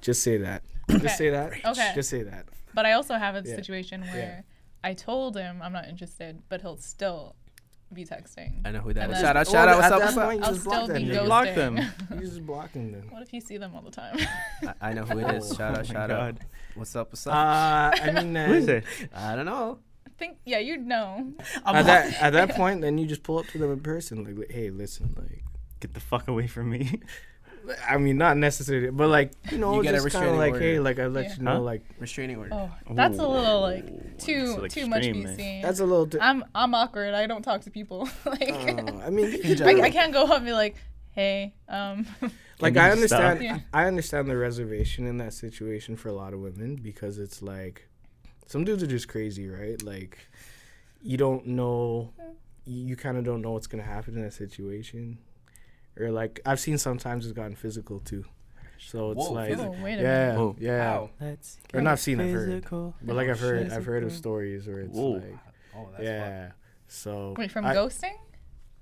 Speaker 1: Just say that. Just say that.
Speaker 2: Okay.
Speaker 1: Just say that.
Speaker 2: But I also have a
Speaker 1: Yeah.
Speaker 2: situation where I told him I'm not interested, but he'll still be texting.
Speaker 3: I know who that
Speaker 2: And
Speaker 3: is.
Speaker 2: then-
Speaker 3: Shout out, shout out. What's up? What's up?
Speaker 2: I'll just block still them. be
Speaker 1: You
Speaker 2: Ghosting.
Speaker 4: Block them.
Speaker 1: just blocking them.
Speaker 2: What if you see them all the time?
Speaker 3: I I know who it is. Shout
Speaker 4: Oh
Speaker 3: out,
Speaker 4: my
Speaker 3: shout out.
Speaker 4: God.
Speaker 3: What's up? What's
Speaker 1: Uh,
Speaker 3: up?
Speaker 1: I mean,
Speaker 4: Who is
Speaker 1: uh,
Speaker 4: it?
Speaker 3: I don't know.
Speaker 2: I think yeah, you'd know.
Speaker 1: at that at that point, then you just pull up to them in person, like, hey, listen, like,
Speaker 4: Get the fuck away from me.
Speaker 1: I mean, not necessarily, but like, you know,
Speaker 3: You get a
Speaker 1: just kind of
Speaker 3: restraining
Speaker 1: like,
Speaker 3: order.
Speaker 1: hey, like, I let
Speaker 2: Yeah.
Speaker 1: you know,
Speaker 4: Huh?
Speaker 1: like,
Speaker 3: Restraining order.
Speaker 2: Oh, that's a little like
Speaker 4: that's
Speaker 2: too
Speaker 4: like
Speaker 2: too much
Speaker 4: extreme,
Speaker 2: BC.
Speaker 1: that's a little. Di-
Speaker 2: I'm I'm awkward. I don't talk to people. like
Speaker 1: uh, I mean, you
Speaker 3: In
Speaker 1: could-
Speaker 2: I,
Speaker 3: general.
Speaker 2: I can't go up and be like, hey, um,
Speaker 1: like,
Speaker 4: Can
Speaker 1: I
Speaker 4: you just stop?
Speaker 1: understand,
Speaker 2: Yeah.
Speaker 1: I understand the reservation in that situation for a lot of women because it's like, some dudes are just crazy, right? Like, you don't know, you, you kind of don't know what's gonna happen in that situation, or like, I've seen sometimes it's gotten physical too, so it's
Speaker 3: Whoa,
Speaker 1: like,
Speaker 3: physical.
Speaker 2: oh wait a minute.
Speaker 1: yeah,
Speaker 4: Whoa.
Speaker 1: yeah.
Speaker 3: Wow.
Speaker 4: Let's
Speaker 1: Or not seen, I've heard.
Speaker 4: physical.
Speaker 1: But like I've heard, I've heard of
Speaker 4: Physical.
Speaker 1: stories where it's
Speaker 4: Whoa.
Speaker 1: like,
Speaker 3: Oh, that's yeah.
Speaker 1: yeah. So
Speaker 2: Wait, from
Speaker 1: I-
Speaker 2: ghosting?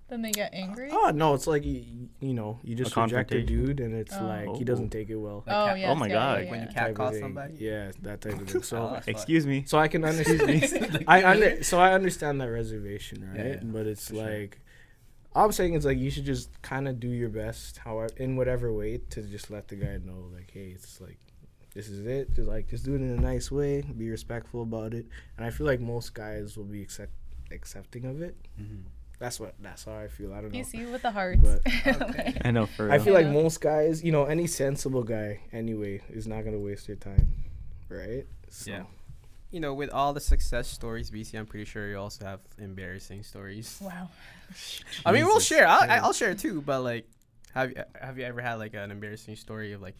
Speaker 2: Then they get angry?
Speaker 1: Oh no, it's like you, you know, you just reject a
Speaker 4: confrontation.
Speaker 1: dude, and it's
Speaker 2: Oh.
Speaker 1: like he
Speaker 4: Oh.
Speaker 1: doesn't take it well.
Speaker 3: Like,
Speaker 2: oh,
Speaker 3: ha-
Speaker 2: yes,
Speaker 4: my
Speaker 2: yeah,
Speaker 4: God.
Speaker 2: Yeah,
Speaker 3: When you
Speaker 2: yeah.
Speaker 3: cat
Speaker 1: type of
Speaker 3: call
Speaker 1: thing.
Speaker 3: somebody.
Speaker 1: Yeah, that type of thing.
Speaker 3: Oh,
Speaker 1: So,
Speaker 3: that's
Speaker 4: Excuse me.
Speaker 1: so I can understand.
Speaker 3: fucked.
Speaker 1: I under, so I understand that reservation, right?
Speaker 3: Yeah, yeah,
Speaker 1: but it's
Speaker 3: for sure.
Speaker 1: like. All I'm saying is like you should just kind of do your best, however, in whatever way, to just let the guy know like, hey, it's like, this is it. Just like, just do it in a nice way, be respectful about it, and I feel like most guys will be accept- accepting of it.
Speaker 3: Mm-hmm.
Speaker 1: That's what. That's how I feel. I don't know.
Speaker 2: BC with the hearts.
Speaker 1: But-
Speaker 2: Like,
Speaker 4: I know for real.
Speaker 1: I feel like
Speaker 2: Yeah.
Speaker 1: most guys, you know, any sensible guy anyway, is not gonna waste their time, right? So,
Speaker 3: Yeah. You know, with all the success stories, BC, I'm pretty sure you also have embarrassing stories.
Speaker 2: wow.
Speaker 3: I mean, we'll
Speaker 4: Jesus.
Speaker 3: share. I'll, I- I'll share too. But like, have you have you ever had like an embarrassing story of like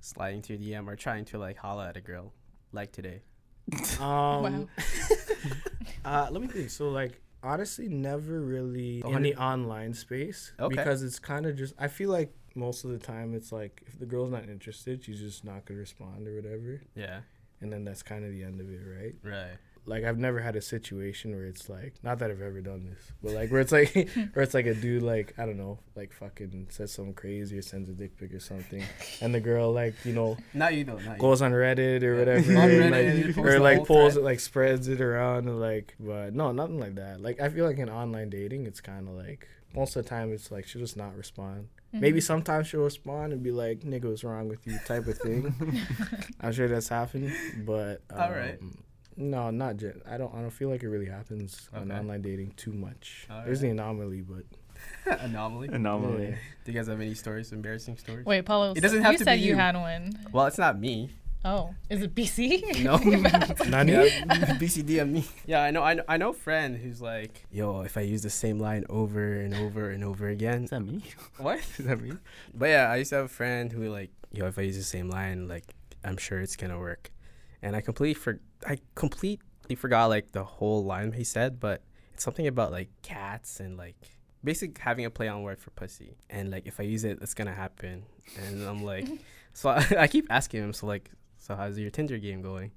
Speaker 3: sliding to your DM or trying to like holla at a girl like today?
Speaker 1: Um, uh, let me think. So, like, honestly, never really
Speaker 3: A
Speaker 1: in
Speaker 3: hundred-
Speaker 1: the online space
Speaker 3: Okay.
Speaker 1: because it's kind of just. I feel like most of the time it's like if the girl's not interested, she's just not gonna respond or whatever,
Speaker 3: Yeah.
Speaker 1: and then that's kind of the end of it, right?
Speaker 3: Right.
Speaker 1: Like, I've never had a situation where it's like, not that I've ever done this, but like where it's like, where it's like a dude like I don't know, like fucking says something crazy or sends a dick pic or something, and the girl like you know
Speaker 3: Not you though. Not you.
Speaker 1: goes on Reddit or whatever,
Speaker 3: On
Speaker 1: and,
Speaker 3: Reddit,
Speaker 1: like-
Speaker 3: you post
Speaker 1: or
Speaker 3: the
Speaker 1: like
Speaker 3: whole
Speaker 1: pulls it,
Speaker 3: thread.
Speaker 1: like spreads it around, and like, but no, nothing like that. Like, I feel like in online dating, it's kind of like most of the time, it's like she'll just not respond. Maybe sometimes she'll respond and be like, "Nigga, what's wrong with you?" type of thing. I'm sure that's happened, but um,
Speaker 3: All right.
Speaker 1: No, not yet. I don't. I don't feel like it really happens on
Speaker 3: Okay.
Speaker 1: online dating too much.
Speaker 3: All
Speaker 1: There's
Speaker 3: right.
Speaker 1: the anomaly, but
Speaker 3: Anomaly. Do
Speaker 4: Anomaly.
Speaker 1: Yeah.
Speaker 3: you guys have any stories, embarrassing stories?
Speaker 2: Wait, Paulo,
Speaker 3: It doesn't have
Speaker 2: you
Speaker 3: to be
Speaker 2: said you.
Speaker 3: you.
Speaker 2: had one.
Speaker 3: Well, it's not me.
Speaker 2: Oh, is it BC?
Speaker 3: No.
Speaker 1: Nani?
Speaker 3: BCD on me. Yeah, I know. I know. I know. A friend who's like, yo, if I use the same line over and over and over again.
Speaker 4: Is that me?
Speaker 3: What?
Speaker 4: Is that me?
Speaker 3: But yeah, I used to have a friend who like, yo, if I use the same line, like, I'm sure it's gonna work. And I completely for I completely forgot like the whole line he said, but it's something about like cats and like basically having a play on word for pussy. And like, if I use it, it's gonna happen. And I'm like, so I, I keep asking him, so like, so how's your Tinder game going?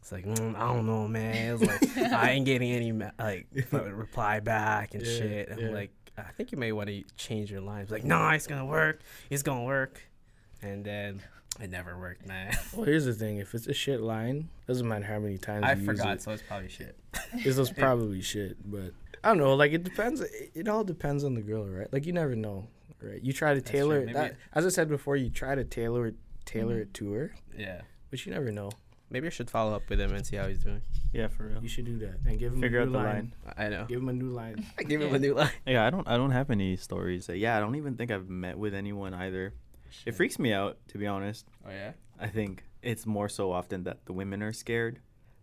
Speaker 3: It's like mm, I don't know, man. It's like I ain't getting any ma- like f- reply back and
Speaker 1: Yeah,
Speaker 3: shit. I'm
Speaker 1: yeah.
Speaker 3: like, I think you may want to change your line. It's like, no, it's gonna work. It's gonna work. And then it never worked, man.
Speaker 1: Well, here's the thing: if it's a shit line, doesn't matter how many times
Speaker 3: I
Speaker 1: you Use it,
Speaker 3: forgot, so it's probably shit.
Speaker 1: This was probably shit, but I don't know. Like it depends. It, it all depends on the girl, right? Like you never know. Right. You try to
Speaker 5: That's true.
Speaker 1: tailor it.
Speaker 5: Maybe-
Speaker 1: That, as I said before, you try to tailor it, tailor
Speaker 4: Mm-hmm.
Speaker 1: it to her,
Speaker 5: Yeah.
Speaker 1: but you never know.
Speaker 3: Maybe I should follow up with him and see how he's doing.
Speaker 4: Yeah, for real.
Speaker 1: You should do that and give him
Speaker 4: Figure
Speaker 1: a
Speaker 4: out
Speaker 1: new
Speaker 4: the
Speaker 1: line.
Speaker 4: line.
Speaker 3: I know.
Speaker 1: Give him a new line.
Speaker 3: I give him
Speaker 2: Yeah.
Speaker 3: a new line.
Speaker 4: Yeah, I don't. I don't have any stories. That, yeah, I don't even think I've met with anyone either. It freaks me out, to be honest.
Speaker 5: Oh yeah.
Speaker 4: I think it's more so often that the women are scared.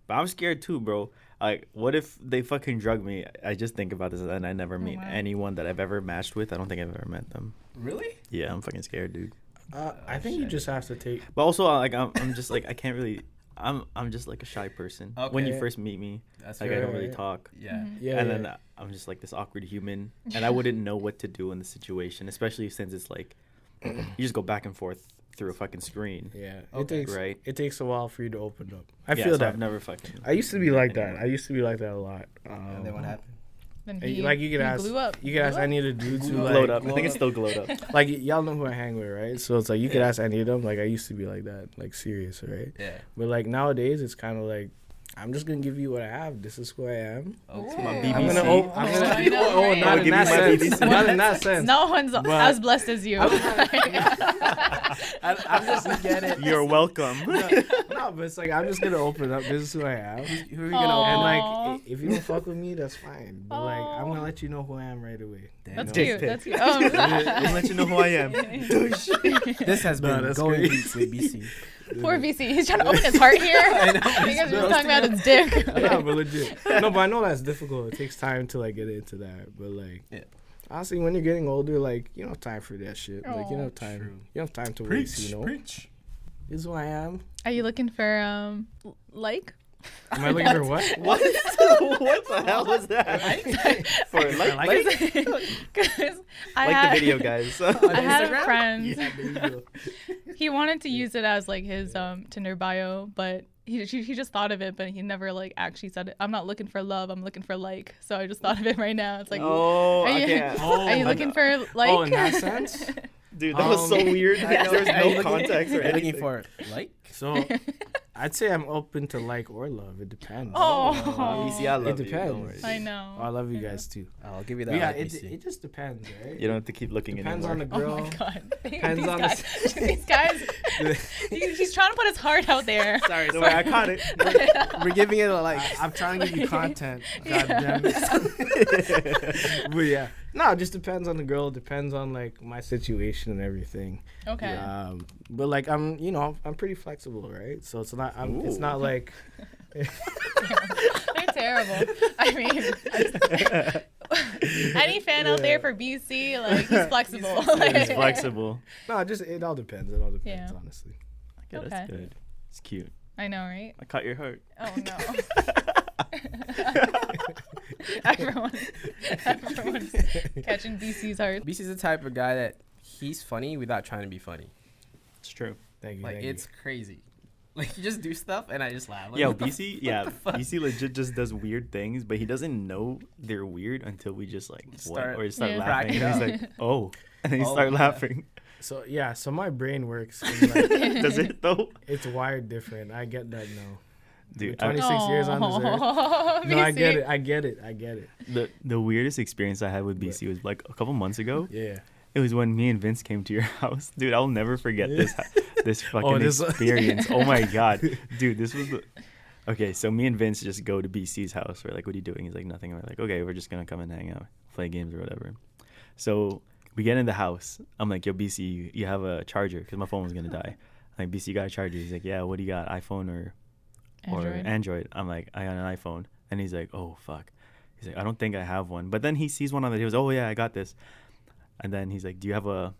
Speaker 4: But I'm scared too, bro. Like, what if they fucking drug me? I just think about this, and I
Speaker 5: Oh,
Speaker 4: never meet
Speaker 2: wow.
Speaker 4: anyone that I've ever matched with. I don't think I've ever met them.
Speaker 5: Really?
Speaker 4: Yeah, I'm fucking scared, dude.
Speaker 1: Uh,
Speaker 4: Oh,
Speaker 1: I think you
Speaker 5: shit.
Speaker 1: just have to take.
Speaker 4: But also, I- like, I'm, I'm just like I can't really. I'm I'm just like a shy person. When you
Speaker 5: Okay.
Speaker 4: first meet me,
Speaker 5: That's
Speaker 4: like
Speaker 5: fair.
Speaker 4: I don't
Speaker 1: right,
Speaker 4: really
Speaker 1: yeah.
Speaker 4: talk.
Speaker 5: Yeah.
Speaker 1: Yeah.
Speaker 4: and
Speaker 1: yeah.
Speaker 4: then uh, I'm just like this awkward human, and I wouldn't know what to do in the situation, especially since it's like you just go back and forth through a fucking screen.
Speaker 1: yeah. It
Speaker 5: Okay.
Speaker 1: takes.
Speaker 4: Right.
Speaker 1: It takes a while for you to open up. I
Speaker 4: Yeah,
Speaker 1: feel
Speaker 4: so
Speaker 1: that.
Speaker 4: I've never fucking.
Speaker 1: I used to be like
Speaker 4: Anyway.
Speaker 1: that. I used to be like that a lot. Um,
Speaker 5: And then
Speaker 3: Oh.
Speaker 5: what happened?
Speaker 2: Then
Speaker 1: and
Speaker 2: he,
Speaker 1: you- like you could
Speaker 2: he
Speaker 1: ask,
Speaker 2: blew up.
Speaker 1: you could ask
Speaker 2: Blew
Speaker 1: any of the dudes who
Speaker 5: Glowed
Speaker 1: like,
Speaker 4: up. I think it's still glowed up.
Speaker 1: like y- y'all know who I hang with, right? So it's like you could ask any of them. Like I used to be like that, like serious, right?
Speaker 5: Yeah.
Speaker 1: But like nowadays, it's kind of like I'm just gonna give you what I have. This is who I am.
Speaker 5: Okay.
Speaker 2: My
Speaker 4: BBC.
Speaker 1: I'm gonna.
Speaker 4: Oh,
Speaker 1: Oh, I'm
Speaker 2: I
Speaker 1: gonna.
Speaker 2: know,
Speaker 1: Oh,
Speaker 2: right?
Speaker 1: not
Speaker 4: I'll
Speaker 1: in
Speaker 4: give
Speaker 1: that
Speaker 4: you my
Speaker 1: sense.
Speaker 4: BBC.
Speaker 1: Not in that sense.
Speaker 2: No one's as blessed as you.
Speaker 1: I, I'm just get it.
Speaker 4: You're welcome.
Speaker 1: No, but it's like I'm just gonna open up. This is who I am.
Speaker 5: Who are you
Speaker 2: gonna open Aw.
Speaker 1: And like, i- if you don't fuck with me, that's fine. But like, I'm gonna let you know who I am right away.
Speaker 2: That's
Speaker 1: No.
Speaker 2: cute. That's cute. Oh,
Speaker 4: I'll let you know who I am.
Speaker 5: This has
Speaker 1: No,
Speaker 5: been
Speaker 1: that's
Speaker 5: going
Speaker 1: great.
Speaker 5: deep with BC.
Speaker 2: poor VC. He's trying to open his heart here. you guys are just talking about his dick.
Speaker 1: no, but legit. No, but I know that's difficult. It takes time to like get into that. But like,
Speaker 5: Yeah.
Speaker 1: honestly, when you're getting older, like you don't have time for that shit. Like you
Speaker 2: Aw.
Speaker 1: don't have time.
Speaker 5: True.
Speaker 1: You don't have time to waste. You know,
Speaker 5: preach.
Speaker 1: this is who I am.
Speaker 2: Are you looking for um l- like?
Speaker 1: Am I looking for what?
Speaker 4: What? what the hell was that? For like, like, like,
Speaker 2: Because I
Speaker 4: the
Speaker 2: had,
Speaker 4: video, guys.
Speaker 2: I had a friend.
Speaker 1: Yeah, there you go.
Speaker 2: He wanted to use it as like his um Tinder bio, but he he he just thought of it, but he never like actually said it. I'm not looking for love. I'm looking for like. So I just thought of it right now. It's like.
Speaker 4: oh,
Speaker 2: Are you,
Speaker 4: okay.
Speaker 1: Oh,
Speaker 2: are you
Speaker 1: my
Speaker 2: looking for like?
Speaker 1: Oh, in that sense.
Speaker 4: Dude, that was so
Speaker 1: Um,
Speaker 4: weird.
Speaker 5: I
Speaker 4: There
Speaker 5: know,
Speaker 4: was
Speaker 5: I
Speaker 4: no
Speaker 5: look-
Speaker 4: context or
Speaker 5: I'm
Speaker 4: anything.
Speaker 5: looking for like.
Speaker 1: So, I'd say I'm open to like or love. It depends.
Speaker 2: Oh.
Speaker 4: Oh, BC, I
Speaker 1: It
Speaker 4: love you. Don't
Speaker 1: depends.
Speaker 4: worry.
Speaker 2: I know.
Speaker 1: I love you
Speaker 2: I know.
Speaker 1: guys too.
Speaker 5: I'll give you that.
Speaker 1: Yeah,
Speaker 5: like,
Speaker 1: it,
Speaker 5: BC.
Speaker 1: it just depends, right?
Speaker 4: You don't have to keep looking
Speaker 1: depends
Speaker 4: anymore.
Speaker 1: on the girl.
Speaker 2: Oh my god. These
Speaker 1: Hands on the
Speaker 2: guys. These guys. he- he's trying to put his heart out there.
Speaker 5: Sorry,
Speaker 4: Don't worry, I caught it.
Speaker 5: We're giving it a like.
Speaker 1: I, I'm trying to give you content.
Speaker 2: Yeah.
Speaker 1: God damn it. but yeah, no, it just depends on the girl. Depends on like my situation and everything.
Speaker 2: Okay.
Speaker 1: Um, but like I'm, you know, I'm pretty flexible, right? So it's not, I'm, it's not like
Speaker 2: They're terrible. I mean, any fan out there for BC, like he's flexible.
Speaker 4: It's flexible.
Speaker 1: no, it just it all depends. It all
Speaker 2: Yeah.
Speaker 1: depends, honestly.
Speaker 4: Yeah, that's
Speaker 2: Okay.
Speaker 4: good. It's cute.
Speaker 2: I know, right?
Speaker 4: I caught your heart.
Speaker 2: Oh no. everyone, everyone's catching BC's heart.
Speaker 3: BC's the type of guy that he's funny without trying to be funny.
Speaker 4: It's true.
Speaker 1: Thank you.
Speaker 3: Like
Speaker 1: thank
Speaker 3: it's crazy. Like you just do stuff and I just laugh. Like,
Speaker 4: Yo,
Speaker 3: what the
Speaker 4: BC, yeah, BC legit just does weird things, but he doesn't know they're weird until we just like what
Speaker 3: Start
Speaker 4: or just start
Speaker 2: Yeah.
Speaker 4: laughing. And
Speaker 3: cracking
Speaker 4: he's like, oh, and then you
Speaker 3: Oh,
Speaker 4: start
Speaker 3: yeah.
Speaker 4: laughing.
Speaker 1: you. So yeah, so my brain works. in, like,
Speaker 4: Does it though,
Speaker 1: it's wired different. I get that now.
Speaker 4: dude?
Speaker 1: We're
Speaker 4: I,
Speaker 1: 26 years on this earth.
Speaker 2: Oh,
Speaker 1: No, I get
Speaker 2: BC.
Speaker 1: it. I get it. I get it.
Speaker 4: the the weirdest experience I had with BC was like a couple months ago.
Speaker 1: Yeah.
Speaker 4: It was when me and Vince came to your house, dude. I'll never forget this this fucking
Speaker 1: this-
Speaker 4: experience. oh my god, dude, this was the. Okay, so me and Vince just go to BC's house. We're like, "What are you doing?" He's like, "Nothing." We're like, "Okay, we're just gonna come and hang out, play games or whatever." So we get in the house. I'm like, "Yo, BC, you, you have a charger because my phone was gonna die." I'm like, "BC, you got a charger?" He's like, "Yeah, what do you got? iPhone or
Speaker 2: Android.
Speaker 4: or Android. I'm like, I got an iPhone. And he's like, oh, fuck. He's like, I don't think I have one. But then he sees one on the, he goes, oh, yeah, I got this. And then he's like, do you have a,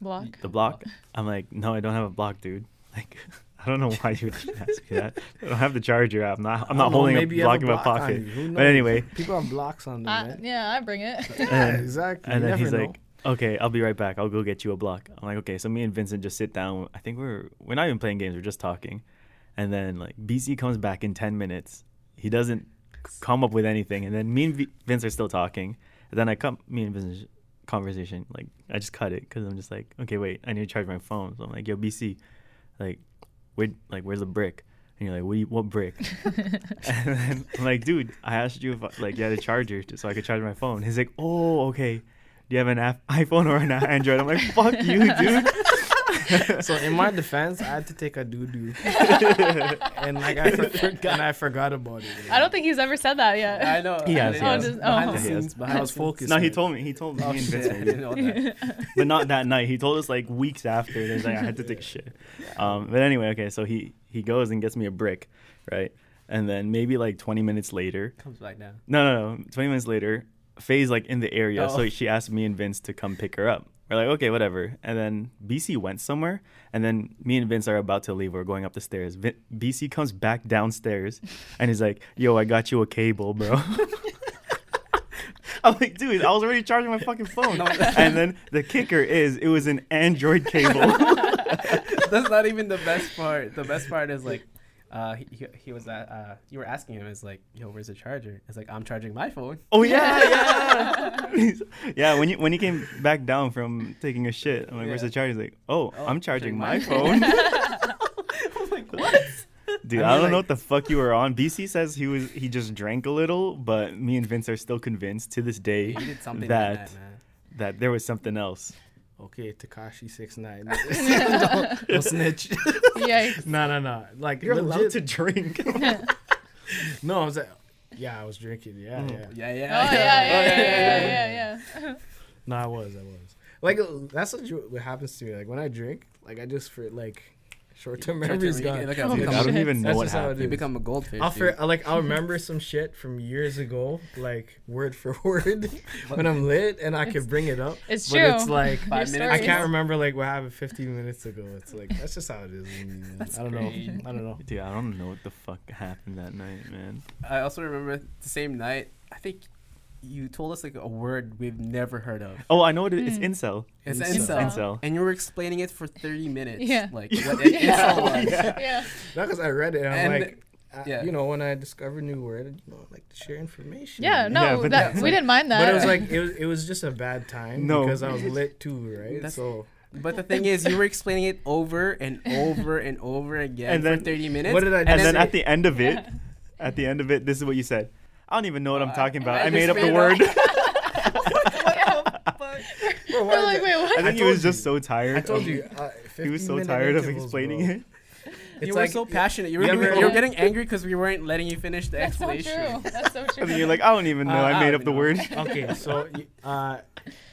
Speaker 2: block.
Speaker 4: the block? I'm like, no, I don't have a block, dude. Like, I don't know why you would even ask me that. I don't have the charger. I'm not, I'm
Speaker 1: I
Speaker 4: not
Speaker 1: don't know,
Speaker 4: holding a
Speaker 1: Oh, maybe you have
Speaker 4: block in my
Speaker 1: block on
Speaker 4: pocket.
Speaker 1: you. Who
Speaker 4: But
Speaker 1: knows?
Speaker 4: anyway,
Speaker 1: people have blocks on them.
Speaker 2: I,
Speaker 1: man.
Speaker 2: Uh, yeah, I bring it.
Speaker 1: Yeah,
Speaker 4: and-
Speaker 1: exactly.
Speaker 4: And
Speaker 1: You
Speaker 4: then
Speaker 1: never
Speaker 4: he's
Speaker 1: know.
Speaker 4: like, "Okay, I'll be right back. I'll go get you a block." I'm like, "Okay." So me and Vincent just sit down. I think we're we're not even playing games. We're just talking. And then like BC comes back in ten minutes. He doesn't c- come up with anything. And then me and v- Vince are still talking. And then I come me and Vince's conversation like I just cut it because I'm just like, "Okay, wait. I need to charge my phone." So I'm like, "Yo, BC, like, where like where's the brick?" And you're like, "What? Do you, what brick?" and then I'm like, "Dude, I asked you if I- like you had a charger t- so I could charge my phone." He's like, "Oh, okay." you have an af- iPhone or an Android?" I'm like, "Fuck you, dude."
Speaker 1: So in my defense, I had to take a doo doo, and like I for- and I forgot about it.
Speaker 2: I don't think he's ever said that yet.
Speaker 6: I know.
Speaker 4: He
Speaker 6: I
Speaker 4: has, he
Speaker 6: know.
Speaker 2: Oh,
Speaker 4: has.
Speaker 2: just-
Speaker 3: behind
Speaker 2: oh.
Speaker 3: the
Speaker 4: Yeah, yeah.
Speaker 3: scenes. Behind
Speaker 1: I was
Speaker 3: the scenes.
Speaker 1: focused.
Speaker 4: No, he told me. He told me.
Speaker 3: Oh
Speaker 4: he
Speaker 3: shit!
Speaker 4: invited
Speaker 3: I
Speaker 4: me.
Speaker 3: didn't know that.
Speaker 4: but not that night. He told us like weeks after. There's like I had to take a shit. Um, but anyway, okay. So he he goes and gets me a brick, right? And then maybe like 20 minutes later.
Speaker 3: Comes back now.
Speaker 4: No, no, no. 20 minutes later, Faye's like in the area,
Speaker 3: Oh.
Speaker 4: so she asked me and Vince to come pick her up. We're like, okay, whatever. And then BC went somewhere, and then me and Vince are about to leave. We're going up the stairs. Vin- BC comes back downstairs, and he's like, "Yo, I got you a cable, bro." I'm like, dude, I was already charging my fucking phone.
Speaker 3: No.
Speaker 4: and then the kicker is, it was an Android cable.
Speaker 3: That's not even the best part. The best part is like, uh, he, he- he was at, uh, you were asking him, is like, yo, where's the charger? It's like, I'm charging my phone.
Speaker 4: oh yeah, yeah, yeah. When you when he came back down from taking a shit, I'm like, "Where's
Speaker 3: Yeah.
Speaker 4: the charger?" He's like, "Oh,
Speaker 3: Oh,
Speaker 4: I'm
Speaker 3: charging
Speaker 4: charging my
Speaker 3: my
Speaker 4: phone."
Speaker 3: I was like, what?
Speaker 4: Dude,
Speaker 3: I
Speaker 4: I,
Speaker 3: mean,
Speaker 4: don't know
Speaker 3: like-
Speaker 4: what the fuck you were on. BC says he was he just drank a little, but me and Vince are still convinced to this day
Speaker 3: He did something
Speaker 4: That.
Speaker 3: like that,
Speaker 4: that there was something else.
Speaker 1: Okay, Takashi six nine. don't, don't snitch.
Speaker 2: Yikes.
Speaker 1: No, no, no. Like
Speaker 4: You're allowed
Speaker 1: legit-
Speaker 4: to drink.
Speaker 1: No, I was like, yeah, I was drinking. Yeah,
Speaker 4: Hmm.
Speaker 1: yeah.
Speaker 3: man. Yeah,
Speaker 2: Oh
Speaker 3: yeah.
Speaker 2: yeah, yeah, yeah, yeah, yeah, yeah.
Speaker 1: No, I was, I was. Like that's what, you, what happens to me. Like when I drink, like I just for like short term memory's
Speaker 3: Charger, you
Speaker 1: gone.
Speaker 3: get- like,
Speaker 2: Oh,
Speaker 3: you
Speaker 4: Dude,
Speaker 3: become
Speaker 4: I
Speaker 3: a-
Speaker 4: don't
Speaker 2: shit.
Speaker 4: even know
Speaker 1: That's
Speaker 4: what
Speaker 1: just how it
Speaker 4: happened.
Speaker 3: You become a goldfish.
Speaker 1: I'll
Speaker 3: dude.
Speaker 1: for, like I'll remember some shit from years ago, like word for word, when I'm lit and I could bring it up.
Speaker 2: It's
Speaker 1: But
Speaker 2: true.
Speaker 1: it's like
Speaker 3: Five
Speaker 2: Your
Speaker 3: minutes.
Speaker 1: I
Speaker 2: stories.
Speaker 1: can't remember like what happened 15 minutes ago. It's like that's just how it is. with me, man. I don't
Speaker 3: crazy.
Speaker 1: know. I don't know.
Speaker 4: Dude, I don't know what the fuck happened that night, man.
Speaker 3: I also remember the same night. I think you told us like a word we've never heard of.
Speaker 4: Oh, I know what it is. It's incel.
Speaker 3: It's
Speaker 2: Incel.
Speaker 3: incel.
Speaker 4: Incel.
Speaker 3: And you were explaining it for 30 minutes.
Speaker 2: Yeah.
Speaker 3: Like what an
Speaker 2: Yeah.
Speaker 3: incel was.
Speaker 2: Yeah.
Speaker 1: Not because I read it. I'm
Speaker 3: And-
Speaker 1: like, I-
Speaker 3: yeah.
Speaker 1: you know, when I discover new word, you know, I like to share information.
Speaker 2: Yeah, no,
Speaker 4: Yeah,
Speaker 2: that,
Speaker 4: but that's
Speaker 2: we didn't mind that.
Speaker 1: But it was like it was, it was just a bad time
Speaker 4: No.
Speaker 1: because I was lit too, right?
Speaker 3: That's-
Speaker 1: so
Speaker 3: But the thing is, you were explaining it over and over and over again
Speaker 4: And then-
Speaker 3: for 30 minutes.
Speaker 1: what did I?
Speaker 3: And
Speaker 1: do?
Speaker 4: And
Speaker 3: then
Speaker 4: then
Speaker 3: it-
Speaker 4: at the end of it, at the end of it, this is what you said. I don't even know what I'm
Speaker 3: Uh,
Speaker 4: talking about.
Speaker 3: I
Speaker 4: I, made
Speaker 3: just
Speaker 4: up the
Speaker 3: made
Speaker 4: word.
Speaker 1: Bro, why
Speaker 2: We're
Speaker 1: did
Speaker 2: like,
Speaker 1: I-
Speaker 2: wait, what?
Speaker 4: I think he
Speaker 1: told
Speaker 4: was just
Speaker 1: you.
Speaker 4: so tired.
Speaker 1: I told
Speaker 4: of-
Speaker 1: you. Uh,
Speaker 4: He was so tired of explaining it.
Speaker 1: It's
Speaker 3: you
Speaker 1: like
Speaker 3: were so passionate. You were,
Speaker 1: you
Speaker 3: you,
Speaker 1: ever-
Speaker 3: were getting angry because we weren't letting you finish the
Speaker 2: That's so true.
Speaker 3: explanation.
Speaker 2: That's so true.
Speaker 4: And then you're like, "Oh." I don't even know.
Speaker 1: Uh,
Speaker 4: I
Speaker 3: I
Speaker 4: made
Speaker 3: don't
Speaker 4: up the
Speaker 3: know.
Speaker 4: word.
Speaker 1: okay, so y- uh,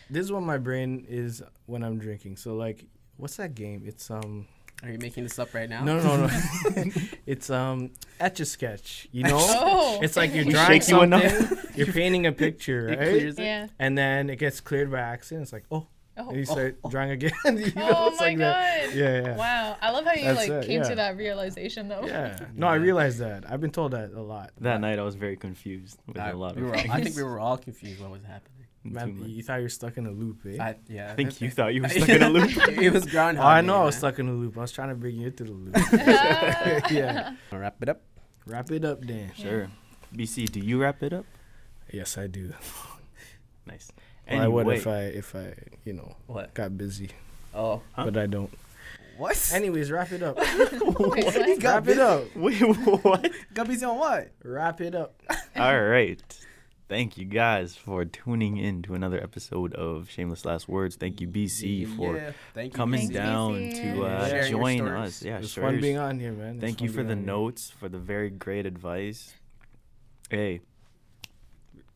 Speaker 1: this is what my brain is when I'm drinking. So like, what's that game? It's um.
Speaker 3: Are you making this up right now?
Speaker 1: No, no, no, no. it's um etch a sketch. You know,
Speaker 2: oh,
Speaker 1: it's like you're
Speaker 4: We
Speaker 1: drawing
Speaker 4: shake you
Speaker 1: something.
Speaker 4: enough.
Speaker 1: You are painting a picture,
Speaker 3: It
Speaker 1: right?
Speaker 3: clears it.
Speaker 2: yeah.
Speaker 1: And then it gets cleared by accident. It's like, oh, and
Speaker 2: Oh,
Speaker 1: you start drawing again. you know,
Speaker 2: Oh
Speaker 1: it's
Speaker 2: my
Speaker 1: like that.
Speaker 2: God.
Speaker 1: Yeah, yeah.
Speaker 2: wow. I love how you like
Speaker 1: That's it,
Speaker 2: came
Speaker 1: yeah.
Speaker 2: to that realization though.
Speaker 1: Yeah. No, I realized that. I've been told that a lot.
Speaker 4: That night, I was very confused with
Speaker 3: I,
Speaker 4: a lot
Speaker 3: we
Speaker 4: of
Speaker 3: were all,
Speaker 4: things.
Speaker 3: I think we were all confused what was happening.
Speaker 1: Man,
Speaker 4: Too much.
Speaker 1: you thought you were stuck in a loop, eh?
Speaker 3: I, yeah,
Speaker 4: I think you thought you were stuck in a loop.
Speaker 3: it was groundhog.
Speaker 1: oh, I know
Speaker 3: Day,
Speaker 1: I was
Speaker 3: man.
Speaker 1: stuck in a loop. I was trying to bring you into the loop. yeah.
Speaker 3: I'll wrap it up.
Speaker 1: Wrap it up then.
Speaker 4: Sure. BC, do you wrap it up?
Speaker 1: Yes, I do.
Speaker 4: Nice.
Speaker 1: Well, I would if I if I you know
Speaker 3: What?
Speaker 1: got busy,
Speaker 3: Oh,
Speaker 4: Huh?
Speaker 1: but I don't.
Speaker 3: what?
Speaker 1: Anyways, wrap it up.
Speaker 2: Wait, what?
Speaker 3: He got
Speaker 1: wrap it
Speaker 3: busy.
Speaker 1: up.
Speaker 4: Wait, what?
Speaker 3: Got busy on what?
Speaker 1: Wrap it up.
Speaker 4: All right. Thank you guys for tuning in to another episode of Shameless Last Words. Thank you, BC, for
Speaker 3: Yeah, thank you,
Speaker 4: coming
Speaker 3: BC.
Speaker 4: down
Speaker 2: BC.
Speaker 4: to uh,
Speaker 3: Sharing your
Speaker 4: join
Speaker 3: stories.
Speaker 4: us. Yeah,
Speaker 1: It's
Speaker 4: sure.
Speaker 1: fun being on here, man. It's
Speaker 4: Thank
Speaker 1: fun
Speaker 4: you for
Speaker 1: being
Speaker 4: the
Speaker 1: on here.
Speaker 4: notes, for the very great advice. Hey,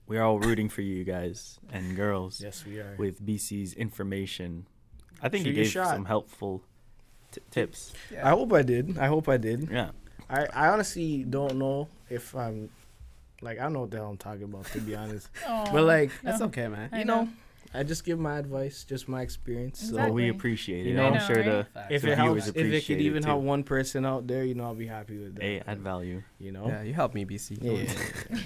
Speaker 4: we're all rooting for you guys and girls.
Speaker 1: Yes, we are.
Speaker 4: with BC's information. I think
Speaker 1: Shoot
Speaker 4: he
Speaker 1: your
Speaker 4: gave
Speaker 1: shot.
Speaker 4: some helpful t- tips.
Speaker 1: I hope I did. I hope I did.
Speaker 4: Yeah.
Speaker 1: I, I honestly don't know if I'm like I don't know what the hell I'm talking about to be honest.
Speaker 2: Aw.
Speaker 1: But like
Speaker 3: That's okay, man.
Speaker 2: I
Speaker 1: you know, I just give my advice, just my experience. So
Speaker 4: Well, we
Speaker 2: Exactly.
Speaker 4: appreciate it.
Speaker 1: You know,
Speaker 4: I'm
Speaker 1: I
Speaker 4: sure
Speaker 2: know,
Speaker 4: the
Speaker 1: if
Speaker 4: So
Speaker 1: it
Speaker 4: viewers
Speaker 1: helps, if it
Speaker 4: appreciate
Speaker 1: could
Speaker 4: it
Speaker 1: even
Speaker 4: too.
Speaker 1: help one person out there, you know, I'll be happy with that.
Speaker 4: A add value.
Speaker 1: you know,
Speaker 3: Yeah, you helped me, BC.
Speaker 1: yeah.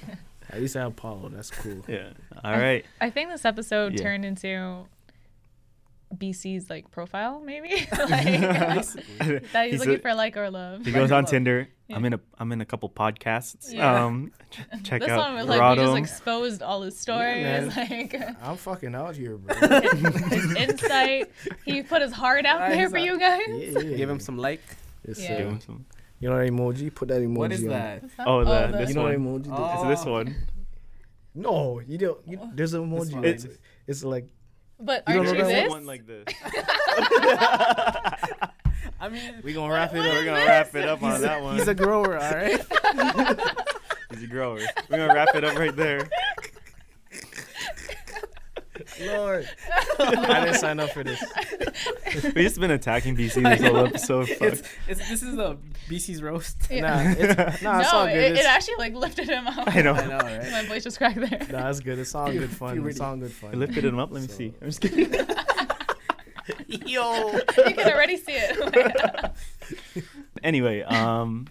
Speaker 1: At least I have Apollo. That's cool.
Speaker 4: Yeah. All right.
Speaker 2: I think this episode
Speaker 4: Yeah.
Speaker 2: turned into BC's like profile, maybe. like, that he's
Speaker 4: He's
Speaker 2: looking
Speaker 4: a-
Speaker 2: for like or love.
Speaker 4: He goes on Tinder.
Speaker 2: Yeah.
Speaker 4: I'm in a I'm in a couple podcasts.
Speaker 2: Yeah.
Speaker 4: Um ch- check
Speaker 2: this
Speaker 4: out
Speaker 2: one was like we
Speaker 4: Rado.
Speaker 2: just exposed all his stories,
Speaker 1: man.
Speaker 2: like
Speaker 1: I'm fucking out here, bro. yeah,
Speaker 2: his insight. He put his heart out
Speaker 3: Nice.
Speaker 2: there for you guys.
Speaker 1: yeah.
Speaker 3: Give him some like.
Speaker 1: Yes,
Speaker 2: Yeah.
Speaker 1: sir.
Speaker 4: Give him some-
Speaker 1: You know that emoji? Put that emoji.
Speaker 3: What is
Speaker 1: on.
Speaker 3: that?
Speaker 4: Oh, the- this
Speaker 1: You know what
Speaker 4: one.
Speaker 1: emoji?
Speaker 3: Oh.
Speaker 1: is?
Speaker 4: It's this one.
Speaker 1: No, you don't. You, there's an
Speaker 3: This
Speaker 1: emoji.
Speaker 3: one.
Speaker 1: It's, it's like
Speaker 2: But
Speaker 1: You don't
Speaker 2: aren't you
Speaker 1: know that
Speaker 2: this?
Speaker 4: One like this.
Speaker 5: I mean,
Speaker 1: We gonna wrap it
Speaker 2: What
Speaker 1: up.
Speaker 4: We're
Speaker 2: is
Speaker 4: gonna
Speaker 2: this?
Speaker 4: wrap it up on that one.
Speaker 5: he's a grower, all right?
Speaker 4: He's a grower. We're gonna wrap it up right there.
Speaker 1: Lord, I didn't sign up for this.
Speaker 4: We've just been attacking BC this whole episode. Fuck.
Speaker 5: It's, it's, this is a BC's roast.
Speaker 2: Yeah.
Speaker 1: Nah, it's, nah, it's all
Speaker 2: no,
Speaker 1: good.
Speaker 2: it, it
Speaker 1: it's,
Speaker 2: actually like lifted him up.
Speaker 4: I know.
Speaker 5: I know, right?
Speaker 2: My voice just cracked there.
Speaker 1: nah, it's good. It's all good fun.
Speaker 5: puberty.
Speaker 1: It's all good
Speaker 4: I
Speaker 1: fun.
Speaker 4: lifted him up. Let me
Speaker 1: So-
Speaker 4: see. I'm just kidding.
Speaker 1: Yo.
Speaker 2: you can already see it.
Speaker 4: anyway, um,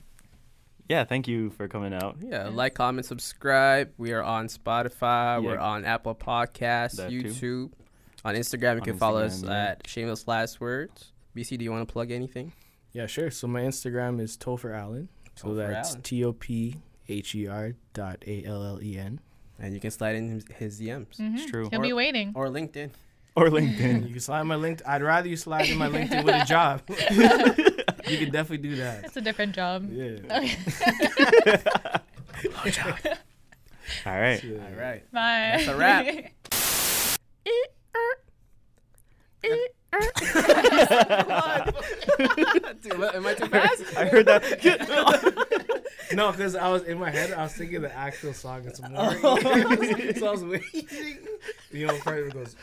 Speaker 4: yeah. Thank you for coming out.
Speaker 3: Yeah, like, comment, subscribe. We are on Spotify. We're
Speaker 4: Yeah.
Speaker 3: on Apple Podcasts,
Speaker 4: That too.
Speaker 3: YouTube. On Instagram, you
Speaker 4: On
Speaker 3: can follow us
Speaker 4: Instagram, yeah.
Speaker 3: at Shameless Last Words. BC, do you want to plug anything?
Speaker 1: Yeah, sure. So my Instagram is Topher Allen. So
Speaker 3: Topher
Speaker 1: that's
Speaker 3: Allen.
Speaker 1: T O P H E R dot A L L E N.
Speaker 3: And you can slide in his, his DMs
Speaker 2: Mhm.
Speaker 4: It's true.
Speaker 2: He'll be waiting.
Speaker 3: or LinkedIn.
Speaker 4: Or
Speaker 3: Hmm.
Speaker 1: You
Speaker 4: LinkedIn.
Speaker 1: can slide my LinkedIn. I'd rather you slide in my LinkedIn with a job. you can definitely do that.
Speaker 2: It's a different job.
Speaker 1: Yeah.
Speaker 2: Okay.
Speaker 4: All right.
Speaker 1: Yeah.
Speaker 5: All right.
Speaker 2: Bye.
Speaker 5: That's a wrap.
Speaker 3: Dude, what- am I too fast?
Speaker 4: I heard that.
Speaker 1: No, because I was in my head, I was thinking the actual song. It's more. so I was waiting. You know, Fred goes.